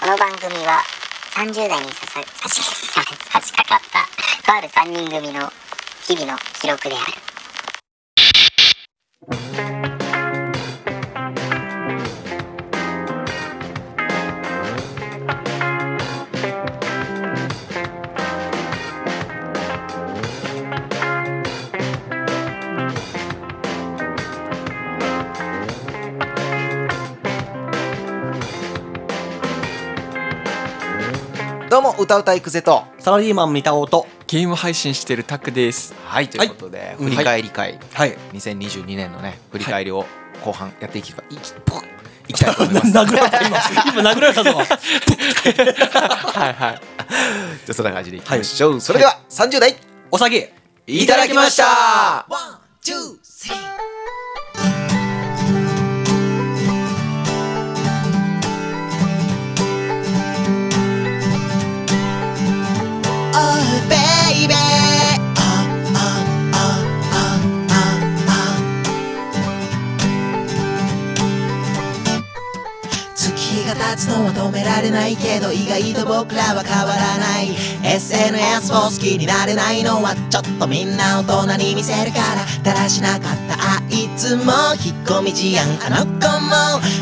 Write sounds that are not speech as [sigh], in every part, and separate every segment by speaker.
Speaker 1: この番組は30代にささ差し差し掛かったとある3人組の日々の記録である
Speaker 2: どうも歌うたいくぜと
Speaker 3: サラリーマン三田尾と
Speaker 4: ゲーム配信してるタクです。
Speaker 2: はいということで、振り返り会、
Speaker 3: はい
Speaker 2: 2022年のね振り返りを後半やっていきたいいきぽいきたいと思いますじゃ
Speaker 3: 殴られた
Speaker 2: [laughs]
Speaker 3: 今今殴られたぞ
Speaker 4: は
Speaker 2: [laughs]
Speaker 4: いはい。
Speaker 2: あそんな感じでいきましょう、それでは30代
Speaker 3: お先
Speaker 2: いただきました
Speaker 5: 月が経つのは止められないけど意外と僕らは変わらない SNS を好きになれないのはちょっとみんな大人に見せるからだらしなかったあいつも引っ込み思案あの子も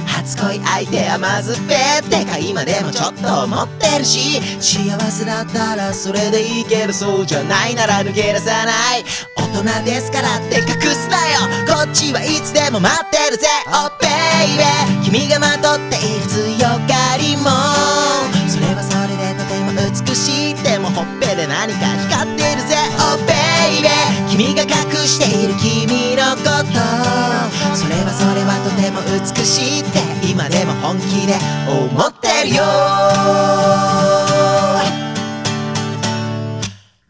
Speaker 5: 初恋相手はまずべってか今でもちょっと思ってるし幸せだったらそれでいいけどそうじゃないなら抜け出さない大人ですからって隠すなよこっちはいつでも待ってるぜ Oh baby 君がまとっている強がりもそれはそれでとても美しいでもほっぺで何か光ってるぜ Oh baby 君が隠している君のことそれはそれはとても美しいって今でも本気で思ってるよ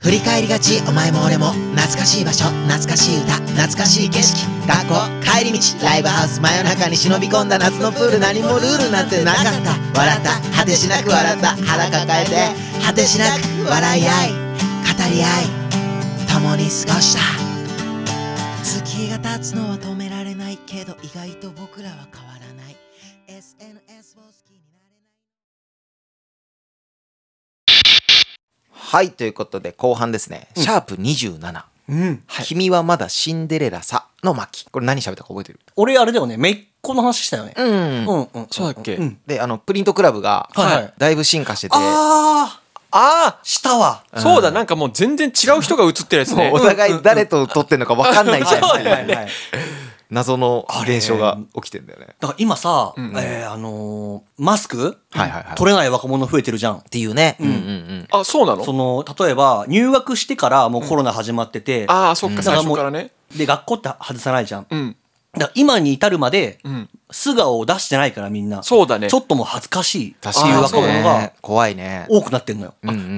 Speaker 5: 振り返りがちお前も俺も懐かしい場所懐かしい歌懐かしい景色学校帰り道ライブハウス真夜中に忍び込んだ夏のプール何もルールなんてなかった笑った果てしなく笑った腹抱えて果てしなく笑い合い語り合い共に過ごした月が経つのは止められないけど意外と僕らは変わらない SNS を好きになれない
Speaker 2: はいということで後半ですね、シャープ27、
Speaker 3: うん
Speaker 2: 君はまだシンデレラさ」の巻これ何喋ったか覚えてる
Speaker 3: 俺あれだよねめいっ子の話したよね
Speaker 2: うん
Speaker 3: うんうん
Speaker 4: そうだっけ、
Speaker 3: うん
Speaker 2: であのプリントクラブが
Speaker 3: はいはい
Speaker 2: だいぶ進化してて、
Speaker 3: あ
Speaker 4: あ
Speaker 3: あしたわ
Speaker 4: あ、そうだ、なんかもう全然違う人が映ってるやつね
Speaker 2: もう。お互い誰と撮ってんのか分かんないみたいな、
Speaker 4: そうだよね
Speaker 3: はい
Speaker 2: 謎の現象が起きてんだよね。
Speaker 3: [laughs] だから今さ、えーあのーマスク、
Speaker 2: はいはいはい
Speaker 3: 取れない若者増えてるじゃん
Speaker 2: っていうね。うんうん
Speaker 4: あ、そうなの
Speaker 3: その例えば入学してからもうコロナ始まってて、
Speaker 4: ああ、そっか、
Speaker 3: だ
Speaker 4: 最
Speaker 3: らも
Speaker 4: 初
Speaker 3: う
Speaker 4: からね。
Speaker 3: で学校って外さないじゃん、
Speaker 4: うん。
Speaker 3: だから今に至るまで
Speaker 4: うん。
Speaker 3: 素顔を出してないからみんな
Speaker 4: そうだね
Speaker 3: ちょ。っともう恥ずかしいって
Speaker 2: 確
Speaker 3: いう
Speaker 2: か
Speaker 3: 若
Speaker 2: に
Speaker 3: 者が
Speaker 2: ね。怖いね。
Speaker 3: 多くなってんのよ、
Speaker 2: うんうんうんう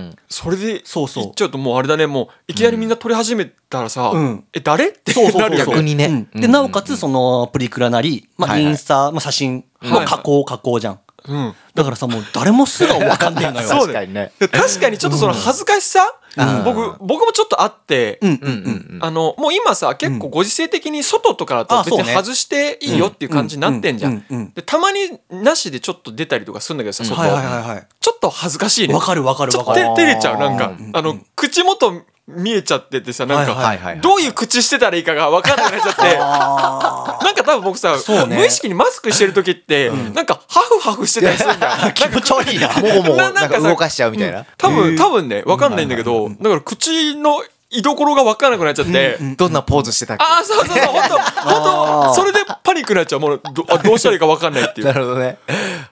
Speaker 2: ん
Speaker 4: それで、
Speaker 3: そうそう
Speaker 4: 言っちゃうともうあれだね、もう、いきなりみんな撮り始めたらさ、
Speaker 3: うん
Speaker 4: え、誰って
Speaker 3: そうそうそ
Speaker 4: な
Speaker 3: う
Speaker 4: るよ
Speaker 2: 逆
Speaker 4: ね。
Speaker 2: にね
Speaker 3: うん
Speaker 2: うん
Speaker 3: でなおかつそのプリクラなり、まあ、
Speaker 2: はい
Speaker 3: イ
Speaker 2: はい
Speaker 3: ンスタ、まあ、写真の加工加工じゃん、
Speaker 4: うん。
Speaker 3: だからさもう誰も素顔わかんねえ
Speaker 2: [laughs]
Speaker 3: のよ
Speaker 4: そう
Speaker 2: 確かにね。
Speaker 4: 確かにちょっとその恥ずかしさ、
Speaker 2: うん
Speaker 4: 僕、僕もちょっとあって、
Speaker 3: うんう
Speaker 2: うん
Speaker 3: んう
Speaker 2: う
Speaker 3: んん
Speaker 2: うん。
Speaker 4: あのもう今さ結構ご時世的に外とかだ
Speaker 3: あ
Speaker 4: と
Speaker 3: そ
Speaker 4: 別
Speaker 3: うね
Speaker 4: に外していいよっていう感じになってんじゃ
Speaker 3: うん
Speaker 4: ん
Speaker 3: うんうん。
Speaker 4: でたまになしでちょっと出たりとかするんだけどさ外
Speaker 3: はいはいはいはい
Speaker 4: ちょっと恥ずかしいね。
Speaker 3: わかるわかる
Speaker 4: ちょ
Speaker 3: わ
Speaker 4: っと
Speaker 3: か
Speaker 4: て
Speaker 3: る
Speaker 4: 照れちゃうなん
Speaker 2: う
Speaker 4: か
Speaker 2: んうん
Speaker 3: うん
Speaker 4: あの口元見えちゃっててさなん
Speaker 3: はいはい
Speaker 4: か
Speaker 2: はいはいはい。
Speaker 4: どういう口してたらいいかが分かんなくなっちゃって。
Speaker 3: あ
Speaker 4: なんか多分僕さ、
Speaker 3: そうね
Speaker 4: 無意識にマスクしてる時って、なんかハフハフしてたりするんだよ。
Speaker 3: ー気持ち悪いな
Speaker 2: もごもごな
Speaker 4: なんん
Speaker 2: か
Speaker 4: かさ
Speaker 2: 動かしちゃうみたいな。
Speaker 4: 多
Speaker 3: へ
Speaker 4: 分
Speaker 3: ー
Speaker 4: 多分ね分かんないんだけど、だから口の居所が分からなくなっちゃって、
Speaker 2: どんなポーズしてたっけ
Speaker 4: ああそうそうそう本当本当それでパニックになっちゃうもうどあどうしたらいいか分かんないっていう
Speaker 2: なるほどね。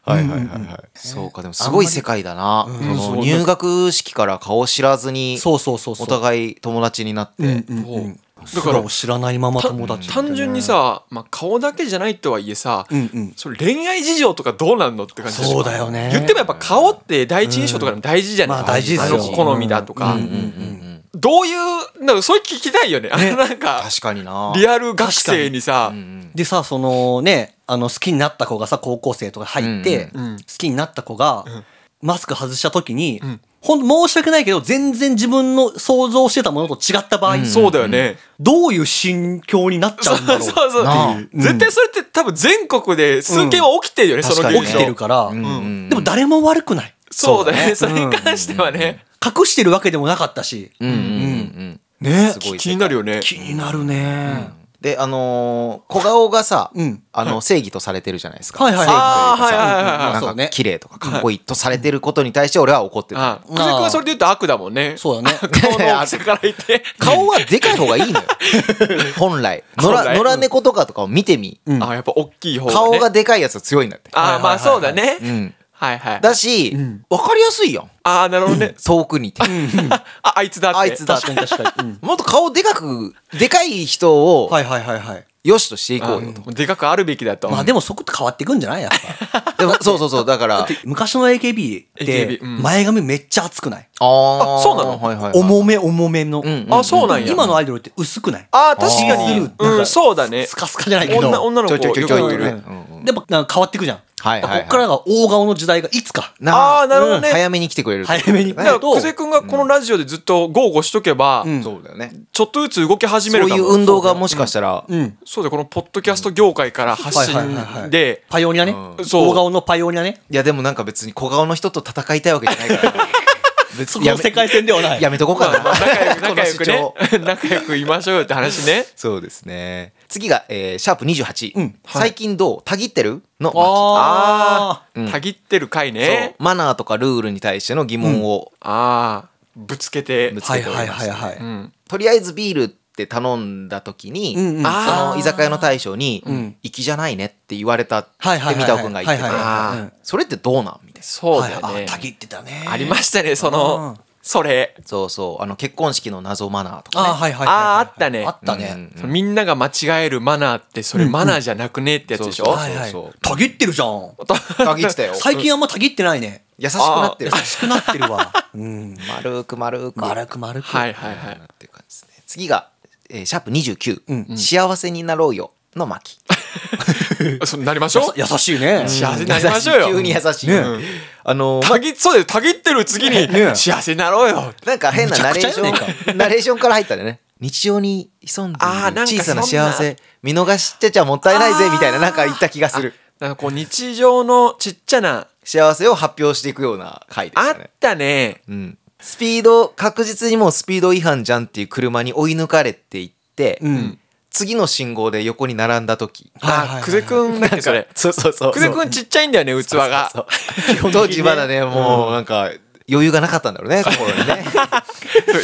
Speaker 2: はいはいはいはい。そうか、でもすごい世界だな。そ
Speaker 4: うんそう
Speaker 2: の入学式から顔知らずに、
Speaker 3: そうそうそうそう
Speaker 2: お互い友達になって。
Speaker 3: うん
Speaker 4: だ
Speaker 3: だ
Speaker 4: か
Speaker 3: からら知らないまま
Speaker 4: た
Speaker 3: 友達
Speaker 4: 単純にさ、まあ、顔だけじゃないとはいえさ、
Speaker 3: うんうん
Speaker 4: それ恋愛事情とかどうなんのって感じでしょ
Speaker 3: そうだよね
Speaker 4: 言ってもやっぱ顔って第一印象とかでも大事じゃない、
Speaker 3: まあ大事ですよ
Speaker 4: あの好みだと
Speaker 3: うん
Speaker 4: か、
Speaker 2: うんうん
Speaker 4: どういうなんかそれ聞きたいよねあのなん
Speaker 2: うん
Speaker 4: か
Speaker 2: 確かにな。
Speaker 4: リアル学生にさ
Speaker 2: うんうん
Speaker 3: でさそのねあの好きになった子がさ高校生とか入って、
Speaker 2: う
Speaker 4: うん
Speaker 3: 好きになった子が、
Speaker 4: ん
Speaker 3: マスク外した時に、
Speaker 4: ん
Speaker 3: ほんと申し訳ないけど、全然自分の想像してたものと違った場合、
Speaker 4: そうだよね。
Speaker 3: どういう心境になっちゃうんだろう。
Speaker 4: そうそう
Speaker 2: な
Speaker 4: そ
Speaker 2: あ
Speaker 4: う。絶対それって多分全国で数件は起きてるよね、その
Speaker 3: 起
Speaker 4: 現
Speaker 3: き
Speaker 4: 象
Speaker 3: てるから、
Speaker 2: ん
Speaker 3: でも誰も悪くない。
Speaker 4: そうだね。それに関してはね。
Speaker 3: 隠してるわけでもなかったし。
Speaker 2: うんうんうんうん
Speaker 4: ね
Speaker 2: すごい世界
Speaker 4: 気になるよね。
Speaker 3: 気になるね。
Speaker 2: であのー小顔がさ、
Speaker 3: うん
Speaker 2: あの正義とされてるじゃないですか、
Speaker 3: はいはい
Speaker 2: 正義
Speaker 4: ああ、はいはいはいはい。
Speaker 2: なん
Speaker 3: そうね
Speaker 2: か綺麗とかかっこいいとされてることに対して俺は怒ってた、
Speaker 4: ああ久世君はそれで言うと悪だもんね。
Speaker 3: そう
Speaker 4: [laughs]
Speaker 3: だね。
Speaker 4: 顔の大きさから言って。
Speaker 2: 顔はでかい方がいい
Speaker 4: [laughs]
Speaker 2: のよ本来野
Speaker 4: 本
Speaker 2: 良
Speaker 4: 来
Speaker 2: 野良猫とかとかを見てみ、
Speaker 4: ああ、やっぱ大きい方
Speaker 2: 顔
Speaker 4: ね
Speaker 2: がでかいやつは強いんだって
Speaker 4: ああ、まあそうだね。
Speaker 2: うん
Speaker 4: はいはい。
Speaker 2: だし、わかりやすいやん
Speaker 4: ああ、なるほどね。
Speaker 2: 遠くにいて
Speaker 4: [laughs] あ、あいつだって。
Speaker 2: あいつだって
Speaker 3: 確かに確かに。うん
Speaker 2: もっと顔でかくでかい人を
Speaker 3: [laughs] はいはいはいはい。
Speaker 2: よしとしていこ
Speaker 4: あ
Speaker 2: うよと、
Speaker 4: あでかくあるべきだと。
Speaker 3: まあでもそこって変わっていくんじゃないやっぱ。
Speaker 2: でもそうそうそうだ
Speaker 4: [laughs]
Speaker 2: からあ
Speaker 3: 昔の AKB っ
Speaker 4: AKB
Speaker 3: て
Speaker 4: うん
Speaker 3: 前髪めっちゃ厚くない、
Speaker 2: あ
Speaker 4: あそうなの
Speaker 2: はいはいはい
Speaker 3: 重め重めの。
Speaker 2: ん
Speaker 4: あ、そうなんや。
Speaker 3: 今のアイドルって薄くない
Speaker 4: ああ、確か
Speaker 3: シー
Speaker 4: に
Speaker 3: スル。ー
Speaker 4: うん、そうだね
Speaker 3: ス。カスカじゃないけど。
Speaker 4: 女女の
Speaker 2: ちょいちょい
Speaker 4: 子
Speaker 2: ちょい
Speaker 4: よ
Speaker 2: ちょい
Speaker 4: く
Speaker 2: い
Speaker 4: い
Speaker 2: る
Speaker 4: る
Speaker 2: ね、
Speaker 4: ね。
Speaker 2: うんうん
Speaker 3: でもなんか変わっていくじゃん。
Speaker 2: はいはいはい
Speaker 3: こっからが大顔の時代がいつか。
Speaker 4: ああ、なるほどね。
Speaker 2: 早めに来てくれるってことだよ
Speaker 3: 早めに
Speaker 4: だ
Speaker 3: だ
Speaker 4: か
Speaker 3: からら
Speaker 4: 久世君がこのラジオでずっと豪語しとけば、
Speaker 3: うん
Speaker 2: そうだよね
Speaker 4: ちょっとずつ動き始
Speaker 2: そ
Speaker 4: め
Speaker 2: う
Speaker 4: るか
Speaker 2: い
Speaker 4: も
Speaker 2: う運動がもしかしたら、
Speaker 3: うん。
Speaker 4: そうだよこのポッドキャスト業界から発信
Speaker 3: はいはいはいはい
Speaker 4: で
Speaker 3: パイオニアね。
Speaker 2: う
Speaker 3: 大
Speaker 4: そう
Speaker 3: 顔のパイオニアね。
Speaker 2: いやでもなんか別に小顔の人と戦いたいわけじゃないから
Speaker 4: [laughs]
Speaker 2: 別
Speaker 3: そこの世界線ではない。
Speaker 2: やめとこうかな、
Speaker 4: まあ仲良
Speaker 2: [laughs] こ
Speaker 4: く仲良く
Speaker 2: の
Speaker 4: ね
Speaker 2: 主張
Speaker 4: 仲良くいましょうよって話ね
Speaker 2: そうですね次が、えーシャープ28、
Speaker 3: うんはい
Speaker 2: 最近どうたぎってるの
Speaker 3: ああ。
Speaker 4: あ
Speaker 2: うん
Speaker 4: あたぎってる回
Speaker 2: そう
Speaker 4: ね
Speaker 2: マナーとかルールに対しての疑問を
Speaker 4: ああぶつけて
Speaker 2: ぶつ
Speaker 3: は
Speaker 2: け
Speaker 3: い
Speaker 2: ており
Speaker 3: はい
Speaker 2: ま
Speaker 3: は
Speaker 2: し
Speaker 3: い
Speaker 2: た
Speaker 3: はい。
Speaker 4: うん
Speaker 2: とりあえずビールって頼んだ時に、
Speaker 3: うんうん
Speaker 2: そ
Speaker 4: あ
Speaker 2: の
Speaker 4: ー
Speaker 2: 居酒屋の大将に
Speaker 3: ん
Speaker 2: 「粋、じゃないね」って言われたって
Speaker 3: はいはいはいはい
Speaker 2: 三田尾君が言ってて、
Speaker 3: はいはい
Speaker 4: はいはい
Speaker 2: あーそれってどうなんみたいな
Speaker 4: そうだよ
Speaker 3: はい
Speaker 4: ね
Speaker 3: あ、たぎってたね。
Speaker 4: ありましたねその
Speaker 3: うん
Speaker 4: それ
Speaker 2: そうそうあの結婚式の謎マナー
Speaker 3: [laughs]
Speaker 2: とか、ね、
Speaker 3: あはいはいはいはい。
Speaker 4: ああったね
Speaker 3: あった
Speaker 2: うん
Speaker 3: ね。
Speaker 4: みんなが間違えるマナーってそれマナーじゃなくねってやつでし
Speaker 2: うん
Speaker 4: ょ
Speaker 3: はいはい
Speaker 2: そうそう。
Speaker 3: たぎってるじゃん。
Speaker 2: たぎってたよ
Speaker 3: 最近あんまたぎってないね。
Speaker 4: [laughs]
Speaker 2: 優しくなってる
Speaker 3: 優しくなってるわ。うん。
Speaker 2: 丸く丸く
Speaker 3: 丸く丸く。
Speaker 4: はいはいはい
Speaker 2: っていう感じですね次が、えーシャープ29、
Speaker 3: うん
Speaker 2: 幸せになろうよ」の巻
Speaker 4: そうなりましょう
Speaker 3: 優しいね。
Speaker 4: 幸せになりましょうよ
Speaker 2: 急に優しい、
Speaker 3: ね
Speaker 2: うんあのーま
Speaker 4: たぎそうだよたぎってる次に
Speaker 3: ね
Speaker 4: 幸せになろうよ
Speaker 2: なんか変なナレーシ
Speaker 3: むちゃくちゃや
Speaker 2: ョンナレーションから入ったんだよね日常に潜んでい
Speaker 4: あーなん
Speaker 2: る
Speaker 4: か
Speaker 2: 小さな
Speaker 4: そんな
Speaker 2: 幸せ見逃してちゃもったいないぜみたいななんか言った気がする
Speaker 4: なんかこう日常のちっちゃな
Speaker 2: 幸せを発表していくような回でし
Speaker 4: あ
Speaker 2: た
Speaker 4: っ
Speaker 2: ね
Speaker 4: たね
Speaker 2: うん、スピード確実にもうスピード違反じゃんっていう車に追い抜かれていって、
Speaker 3: うん。
Speaker 2: 次の信号で横に並んだ時
Speaker 3: はいはいは
Speaker 4: あ
Speaker 3: い
Speaker 4: 久世君だっけそれ
Speaker 2: そうそうそう
Speaker 4: 久世君ちっちゃいんだよね器が
Speaker 2: そうそう当時まだねもうなんか余裕がなかったんだろうね心に
Speaker 4: [laughs]
Speaker 2: ね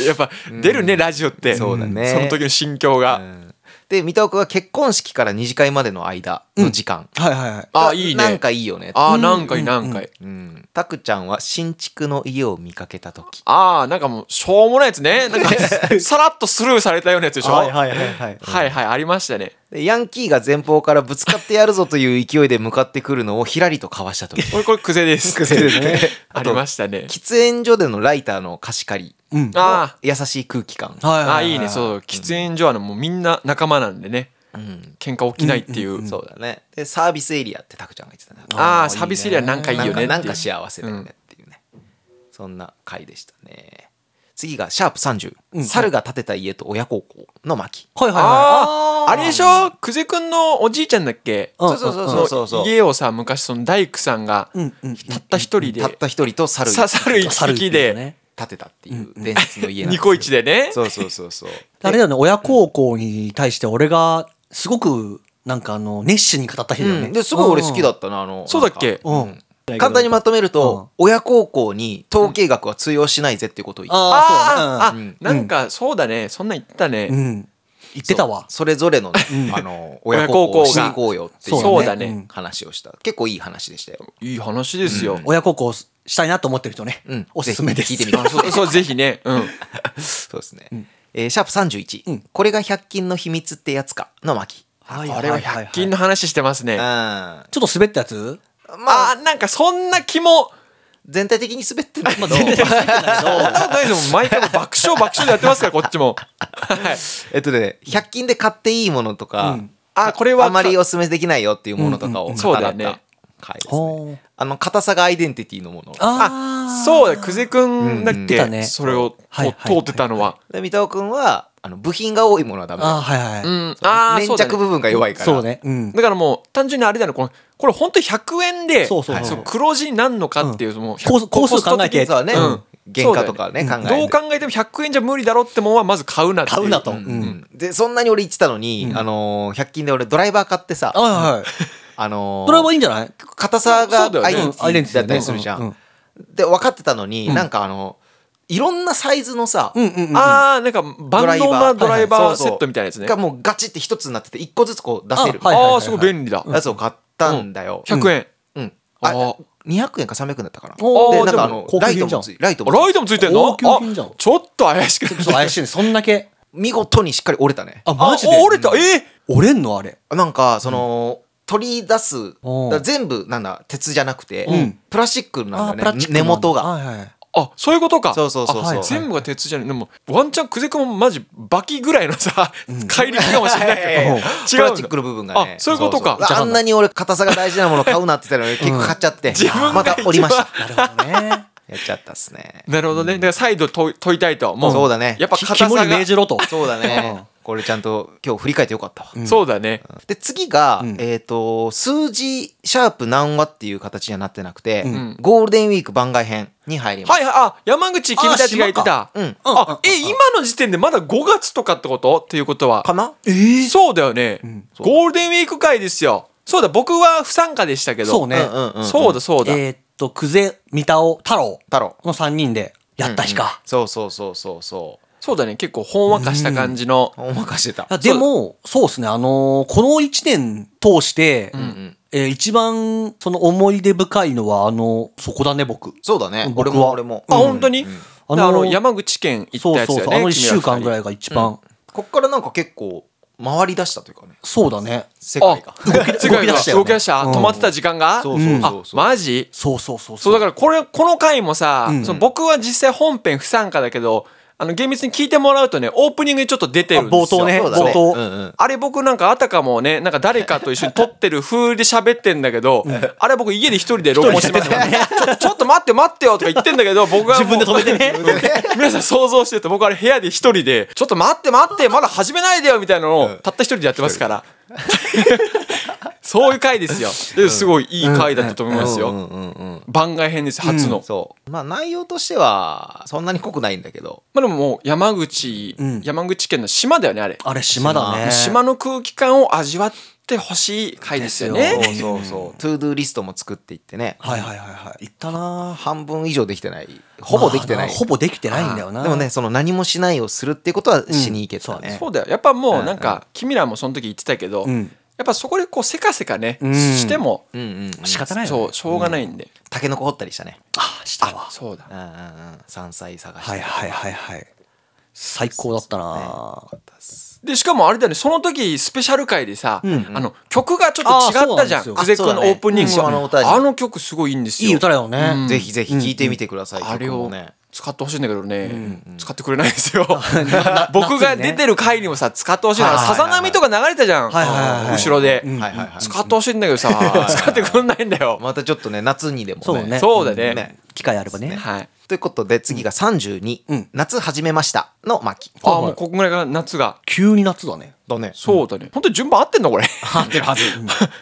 Speaker 4: やっぱ出るねラジオって
Speaker 2: そうだね
Speaker 4: その時の心境
Speaker 2: う
Speaker 4: が
Speaker 2: んで三田岡が結婚式から二次会までの間の時間、
Speaker 3: はいはいはい。
Speaker 4: あいいね
Speaker 2: なんかいいよね
Speaker 4: ああ何回何回
Speaker 2: うんたくちゃんは新築の家を見かけた時
Speaker 4: ああなんかもうしょうもないやつねなんかさらっとスルーされたようなやつでしょはい
Speaker 2: はいはいはい
Speaker 4: はいありましたね
Speaker 2: でヤンキーが前方からぶつかってやるぞという勢いで向かってくるのをひらりとかわした
Speaker 4: [laughs]
Speaker 2: 時
Speaker 4: これこれ久世です
Speaker 2: 癖ですね
Speaker 4: [laughs] ありましたね
Speaker 2: 喫煙所でのライターの貸し借り
Speaker 3: うん。
Speaker 4: あ
Speaker 2: 優しい空気感
Speaker 3: はいは
Speaker 4: あ
Speaker 3: は
Speaker 4: あいいねそう喫煙所はねもうみんな仲間なんでね
Speaker 2: うん
Speaker 4: 喧嘩起きないっていう
Speaker 2: そうだねでサービスエリアってたくちゃんが言ってたね
Speaker 4: ああサービスエリアなんかいいよ
Speaker 2: な
Speaker 4: ね
Speaker 2: ん
Speaker 4: ってい
Speaker 2: かな
Speaker 4: う
Speaker 2: んか幸せだよねっていうね、そんな回でしたね次が「シャープ #30、猿が建てた家と親孝行」の巻
Speaker 3: はいはいは
Speaker 4: あああれでしょ久世君のおじいちゃんだっけ
Speaker 3: うん
Speaker 4: の家をさ昔その大工さんが
Speaker 3: い。うんうん。
Speaker 4: たった一人で
Speaker 2: たった一人と猿
Speaker 4: 刺さる
Speaker 2: 建
Speaker 4: 一匹で
Speaker 3: ね
Speaker 2: てたっていう伝説の家なん
Speaker 4: ニ
Speaker 2: ですけど
Speaker 4: コイチでね
Speaker 2: そうそうそうそう
Speaker 3: あれだよね、親孝行に対して俺がすごくなんかあの熱心に語った日だよ
Speaker 2: う
Speaker 3: ね。
Speaker 2: んですごい俺好きだったなあの
Speaker 4: そうだっけ
Speaker 3: うん。
Speaker 2: なんか簡単にまとめると親孝行に統計学は通用しないぜっていうことを言って
Speaker 4: あ
Speaker 3: ああ、
Speaker 4: ー
Speaker 3: そ
Speaker 4: あ
Speaker 3: うだ
Speaker 2: うん
Speaker 4: なんかそうだねそんなん言ってたね、
Speaker 3: うん。うん。言ってたわ。
Speaker 2: それぞれのねあの親
Speaker 4: 親
Speaker 2: 孝行を
Speaker 4: 孝行が
Speaker 2: していこうよっていう
Speaker 4: そうだね
Speaker 2: ん話をした結構いい話でしたよ
Speaker 4: いい話ですよ、
Speaker 3: 親孝行したいなと思ってる人ね。
Speaker 2: うん
Speaker 3: おすすめです。
Speaker 2: ぜひ聞いてみて
Speaker 4: あそうそうぜひね、うん、
Speaker 2: そうですね。えーシャープ31、
Speaker 3: うん
Speaker 2: これが100均の秘密ってやつかの巻。
Speaker 3: はい
Speaker 4: あれは100均の話してます
Speaker 2: う
Speaker 4: ね、
Speaker 2: ん。ま
Speaker 3: ちょっと滑ったやつ
Speaker 4: あ
Speaker 2: あ、
Speaker 4: ーなんかそんな気も
Speaker 2: 全体的に滑って
Speaker 3: [laughs]
Speaker 2: んだけど、
Speaker 4: [laughs] そんなことないですもん毎回もう爆笑爆笑でやってますからこっちも、はい、
Speaker 2: えっとね、100均で買っていいものとか、
Speaker 3: うん
Speaker 4: あーこれは
Speaker 2: あまりおすすめできないよっていうものとかを語った
Speaker 4: そうだよね
Speaker 2: 回です
Speaker 3: ほう
Speaker 2: ね。あの、硬さがアイデンティティのもの。
Speaker 4: あそうだ久世君だっ
Speaker 2: うん
Speaker 3: 出
Speaker 4: け、
Speaker 3: たね
Speaker 4: それを、
Speaker 3: はいはい
Speaker 4: 通ってたのは、
Speaker 2: で三田尾君はあの部品が多いものはダメ
Speaker 3: ああ
Speaker 2: だ
Speaker 3: はいはい、
Speaker 4: うんああ
Speaker 2: 粘着部分が弱いから
Speaker 3: そうねうん
Speaker 4: だからもう単純にあれだねこれこれ本当に100円で
Speaker 3: そうそうそう
Speaker 4: の黒字になるのかっていう、もう
Speaker 3: コースコース考えて
Speaker 2: 実はね、
Speaker 4: うん
Speaker 2: 原価とかね、
Speaker 3: そうだよ
Speaker 2: 考えて
Speaker 4: どう考えても100円じゃ無理だろってもんはまず買うなっていう
Speaker 3: 買うなと、う
Speaker 2: うん
Speaker 3: ん
Speaker 2: でそんなに俺言ってたのに、
Speaker 3: うん
Speaker 2: あのー100均で俺ドライバー買ってさ、
Speaker 3: はいはい
Speaker 2: あのー
Speaker 3: ドライバーいいんじゃない
Speaker 2: 硬さが
Speaker 4: そうだ
Speaker 2: アイ
Speaker 4: よね
Speaker 3: う
Speaker 2: デ
Speaker 3: んアイデン
Speaker 2: ン
Speaker 3: テ
Speaker 2: テ
Speaker 3: ィティだね
Speaker 2: ィティだったりするじゃん、
Speaker 3: うんうん
Speaker 2: で分かってたのに、
Speaker 3: うん
Speaker 2: なんかあのいろんなサイズのさ、
Speaker 3: うんうんうん
Speaker 4: ああなんか万能なドライ
Speaker 2: はい
Speaker 4: バ
Speaker 2: は
Speaker 4: ー
Speaker 2: いそうそう
Speaker 4: セットみたいなやつね
Speaker 2: がもうガチって一つになってて一個ずつこう出せる
Speaker 3: あはいはい
Speaker 4: ああすごい便利だ、
Speaker 2: やつを買ったんだよ、
Speaker 4: 100円、
Speaker 2: うん
Speaker 4: あ
Speaker 2: あ
Speaker 4: ー
Speaker 2: 200円か300円だったかな
Speaker 3: お
Speaker 4: ー
Speaker 2: でなんかあ
Speaker 4: で
Speaker 3: も
Speaker 2: の
Speaker 3: 高級
Speaker 2: ラ
Speaker 3: 品
Speaker 2: イ
Speaker 3: じゃん
Speaker 2: トもついライト
Speaker 4: あ
Speaker 2: もつい
Speaker 4: ライトもついてんの
Speaker 3: 高級品じゃん
Speaker 4: あちょっと怪しく
Speaker 3: ちょっと怪しいねそんだけ
Speaker 2: 見事にしっかり折れたね
Speaker 3: あマジで
Speaker 4: あ折れたえ
Speaker 3: 折れんのあれ
Speaker 2: なんかその、取り出すだ
Speaker 3: おう
Speaker 2: から全部なんだ鉄じゃなくて、
Speaker 3: うん
Speaker 2: プラスチック
Speaker 3: あ
Speaker 2: な
Speaker 3: ー
Speaker 2: ん
Speaker 3: プ
Speaker 2: だ
Speaker 3: ラ
Speaker 2: よ
Speaker 3: スチッ
Speaker 2: ね
Speaker 3: ク
Speaker 2: 根元 [laughs] が
Speaker 3: はいはい
Speaker 4: あそういうことか
Speaker 2: そうそうそう
Speaker 3: あ
Speaker 2: そう、
Speaker 3: はい
Speaker 4: 全部が鉄じゃないでもワンチャン久世君もマジバキぐらいのさ怪力かもし
Speaker 2: [laughs]
Speaker 4: れないけ
Speaker 2: 違
Speaker 4: ど違
Speaker 2: う
Speaker 4: うんんだ
Speaker 2: だプラスチックの部分がね
Speaker 4: あそういうことか
Speaker 2: そうそうあんなに俺硬さが大事なもの買うなって言ってたのに結構買っちゃって、
Speaker 4: 自分が
Speaker 2: また折りました
Speaker 3: なるほどね
Speaker 2: [laughs] やっちゃったっすね
Speaker 4: なるほどねだから再度問い問いたいともう
Speaker 2: そうだね
Speaker 4: やっぱ硬さ
Speaker 3: 肝に銘
Speaker 4: が
Speaker 3: じろと
Speaker 2: そうだ
Speaker 3: うん
Speaker 2: ねこれちゃんと今日振り返ってよかったわ、
Speaker 4: そうだね
Speaker 2: で次が、
Speaker 3: うん
Speaker 2: えっ、と数字シャープ何話っていう形にはなってなくて、
Speaker 3: ん
Speaker 2: ゴールデンウィーク番外編に入ります、
Speaker 4: はいはいあ山口君たちが言ってた
Speaker 2: あ島か
Speaker 3: うん
Speaker 4: あえ今の時点でまだ5月とかってことっていうことは
Speaker 2: かな
Speaker 3: えー
Speaker 4: そうだよね
Speaker 3: ん
Speaker 4: ゴールデンウィーク会ですよそうだ僕は不参加でしたけど
Speaker 3: そうね
Speaker 2: うんうんうん、
Speaker 4: そうだそうだ
Speaker 3: えーっと久世三田尾太郎
Speaker 2: 太郎
Speaker 3: の三人でやった日か、
Speaker 2: そうそうそうそうそ
Speaker 4: そうだね結構ほんわかした感じの
Speaker 2: うお任せた
Speaker 3: いやでもそうですねあのーこの1年通して、
Speaker 2: ん
Speaker 3: えー一番その思い出深いのはあのそこだね僕
Speaker 2: そうだね
Speaker 3: 僕
Speaker 2: 俺
Speaker 3: は
Speaker 2: も俺も
Speaker 4: あ本当に
Speaker 3: あ
Speaker 4: あ
Speaker 3: のー
Speaker 4: の山口県行った
Speaker 3: そう
Speaker 4: やつだ
Speaker 3: そう
Speaker 4: よ
Speaker 3: そう
Speaker 4: ね
Speaker 3: あの1週間ぐら
Speaker 4: い
Speaker 3: いが一番、
Speaker 2: こっからなんか結構回り出したというかね
Speaker 3: そうだね
Speaker 2: 世
Speaker 4: あ
Speaker 2: 界が
Speaker 4: 動き出した
Speaker 3: よね
Speaker 4: 動き出した
Speaker 3: うん
Speaker 4: 止まってた時間が
Speaker 2: そうそうそうそう
Speaker 4: あマジ
Speaker 3: そうそうそう
Speaker 4: そうだからこれこの回もさ、
Speaker 3: うん
Speaker 4: その僕は実際本編不参加だけどあの厳密に聞いてもらうとねオープニングにちょっと出てるんですよ
Speaker 3: あ冒頭ね
Speaker 2: [laughs] そうだね
Speaker 3: 冒頭
Speaker 2: うんうん
Speaker 4: あれ僕なんかあたかもねなんか誰かと一緒に撮ってる風で喋ってんだけど、あれ僕家で一人で録音してますか
Speaker 3: [laughs]
Speaker 4: らねちょちょっと待って待ってよとか言ってんだけど僕がも
Speaker 3: 自
Speaker 4: う
Speaker 3: 分で止めてね
Speaker 4: [laughs] 皆さん想像してると僕あれ部屋で一人でちょっと待って待ってまだ始めないでよみたいなのをたった一人でやってますから。 [laughs] そういう回ですよ。ですごいいい回だったと思いますよ。
Speaker 2: うんうんうんうん
Speaker 4: 番外編です初の、
Speaker 2: そうまあ内容としてはそんなに濃くないんだけど
Speaker 4: まあでももう山口、
Speaker 3: うん
Speaker 4: 山口県の島だよねあれ
Speaker 3: あれ島だね
Speaker 4: 島の空気感を味わってほしい回ですよ
Speaker 3: です
Speaker 4: ね
Speaker 3: よ
Speaker 2: そうそうそうトゥードゥーリストも作っていってね
Speaker 3: はいはいはいはい行ったな
Speaker 2: 半分以上できてないほぼできてない
Speaker 3: まあほぼできてないんだよ
Speaker 2: あ
Speaker 3: な
Speaker 2: ーでもねその何もしないをするっていうことはしに行けたね、
Speaker 4: そうだよやっぱもうなんか君らもその時言ってたけど、
Speaker 3: う
Speaker 4: や
Speaker 3: ん
Speaker 4: っぱそこでこうせかせかね、
Speaker 3: うん
Speaker 4: しても
Speaker 2: うんうんうん
Speaker 3: 仕方ないよね
Speaker 4: そうしょうがないんで、
Speaker 2: タケノコ掘ったりしたね
Speaker 3: あしたわ
Speaker 4: そうだ
Speaker 2: うんうんうん山菜探して
Speaker 3: はいはいはいはい最高だったな、
Speaker 4: でしかもあれだよねその時スペシャル回でさ、あの曲がちょっと違ったじゃ
Speaker 3: あ
Speaker 4: ん
Speaker 3: そうなん
Speaker 4: 久
Speaker 3: で
Speaker 4: 世
Speaker 2: すよ
Speaker 4: 君のオープニング
Speaker 2: あそうだねうん島の歌
Speaker 4: は
Speaker 2: に
Speaker 4: あの曲すごいいいんですよ
Speaker 3: いい歌だよね、
Speaker 4: うん
Speaker 2: ぜひぜひ聴いてみてください、
Speaker 4: あれ
Speaker 2: 曲も
Speaker 4: を
Speaker 2: ね
Speaker 4: 使ってほしいんだけどね、使ってくれないんですよ僕が出てる回にもさ使ってほしいの
Speaker 3: は
Speaker 4: はい
Speaker 3: はいはい
Speaker 4: さざ波とか流れたじゃん、
Speaker 3: はいはいはい
Speaker 4: 後ろで、
Speaker 2: はいはいはい
Speaker 4: 使ってほしいんだけどさ使ってくれないんだよ、
Speaker 2: またちょっとね夏にでもね
Speaker 3: そうね
Speaker 4: そうだね
Speaker 3: 機会あればね
Speaker 4: はい
Speaker 2: ということで次が32、
Speaker 3: うん
Speaker 2: 夏始めましたの巻
Speaker 4: あーもうここぐらいが夏が
Speaker 3: 急に夏だね
Speaker 2: だね
Speaker 4: そうだね本当に順番合ってんのこれ
Speaker 2: 合ってるはず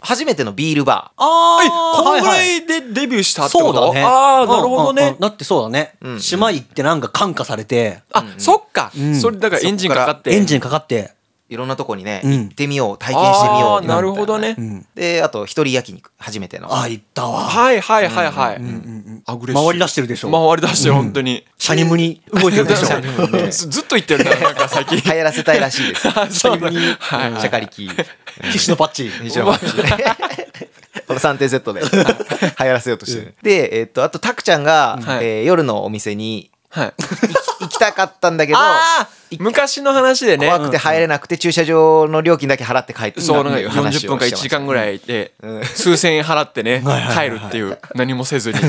Speaker 2: 初めてのビールバ
Speaker 3: あ
Speaker 4: [laughs] え
Speaker 3: あ
Speaker 4: このぐら
Speaker 3: い
Speaker 4: いでデビューしたってこ
Speaker 3: そう
Speaker 4: と
Speaker 3: だね
Speaker 4: ああなるほどね、
Speaker 3: うんうんうんだってそうだね、
Speaker 2: ん
Speaker 3: 島行ってなんか感化されて
Speaker 4: あ、そっか、
Speaker 3: ん
Speaker 4: それだからエンジンかかって
Speaker 3: エンジンかかって
Speaker 2: ーいろんなとこにね、
Speaker 3: うん
Speaker 2: 行ってみよう体験してみよ
Speaker 4: あ
Speaker 2: う
Speaker 4: ーなるほどね、
Speaker 3: ん
Speaker 2: であと一人焼肉初めての
Speaker 3: ああ行ったわ
Speaker 4: はいはいはいはい、アグレッシブ
Speaker 3: 回り出してるでしょ
Speaker 4: 回り出してる本当に、
Speaker 3: シャニムに動いてるでしょ
Speaker 2: シャニムにね
Speaker 4: [laughs] ずずっと言ってるななんか最近
Speaker 2: 流行らせたいらしい
Speaker 4: [laughs]
Speaker 2: です
Speaker 4: そうだはい
Speaker 2: シャカリ
Speaker 4: [laughs]
Speaker 2: キ
Speaker 3: 岸のパッチ
Speaker 2: 西山君 [laughs] この3点セット
Speaker 4: [laughs]
Speaker 2: で流行らせようとしてるで、えっとあとタクちゃんが、
Speaker 4: はい
Speaker 2: えー夜のお店に
Speaker 4: はい、
Speaker 2: 行きたかったんだけど
Speaker 4: ああ昔の話でね
Speaker 2: 怖くて入れなくて駐車場の料金だけ払って帰ってきた
Speaker 4: そう
Speaker 2: っ
Speaker 4: な
Speaker 2: て
Speaker 4: んか
Speaker 2: いう話を
Speaker 4: 40分か1時間ぐ
Speaker 2: い
Speaker 4: らいで数千円払ってね
Speaker 3: はいは
Speaker 4: 帰
Speaker 3: い
Speaker 4: る
Speaker 3: はい
Speaker 4: っていう何もせずに
Speaker 2: っ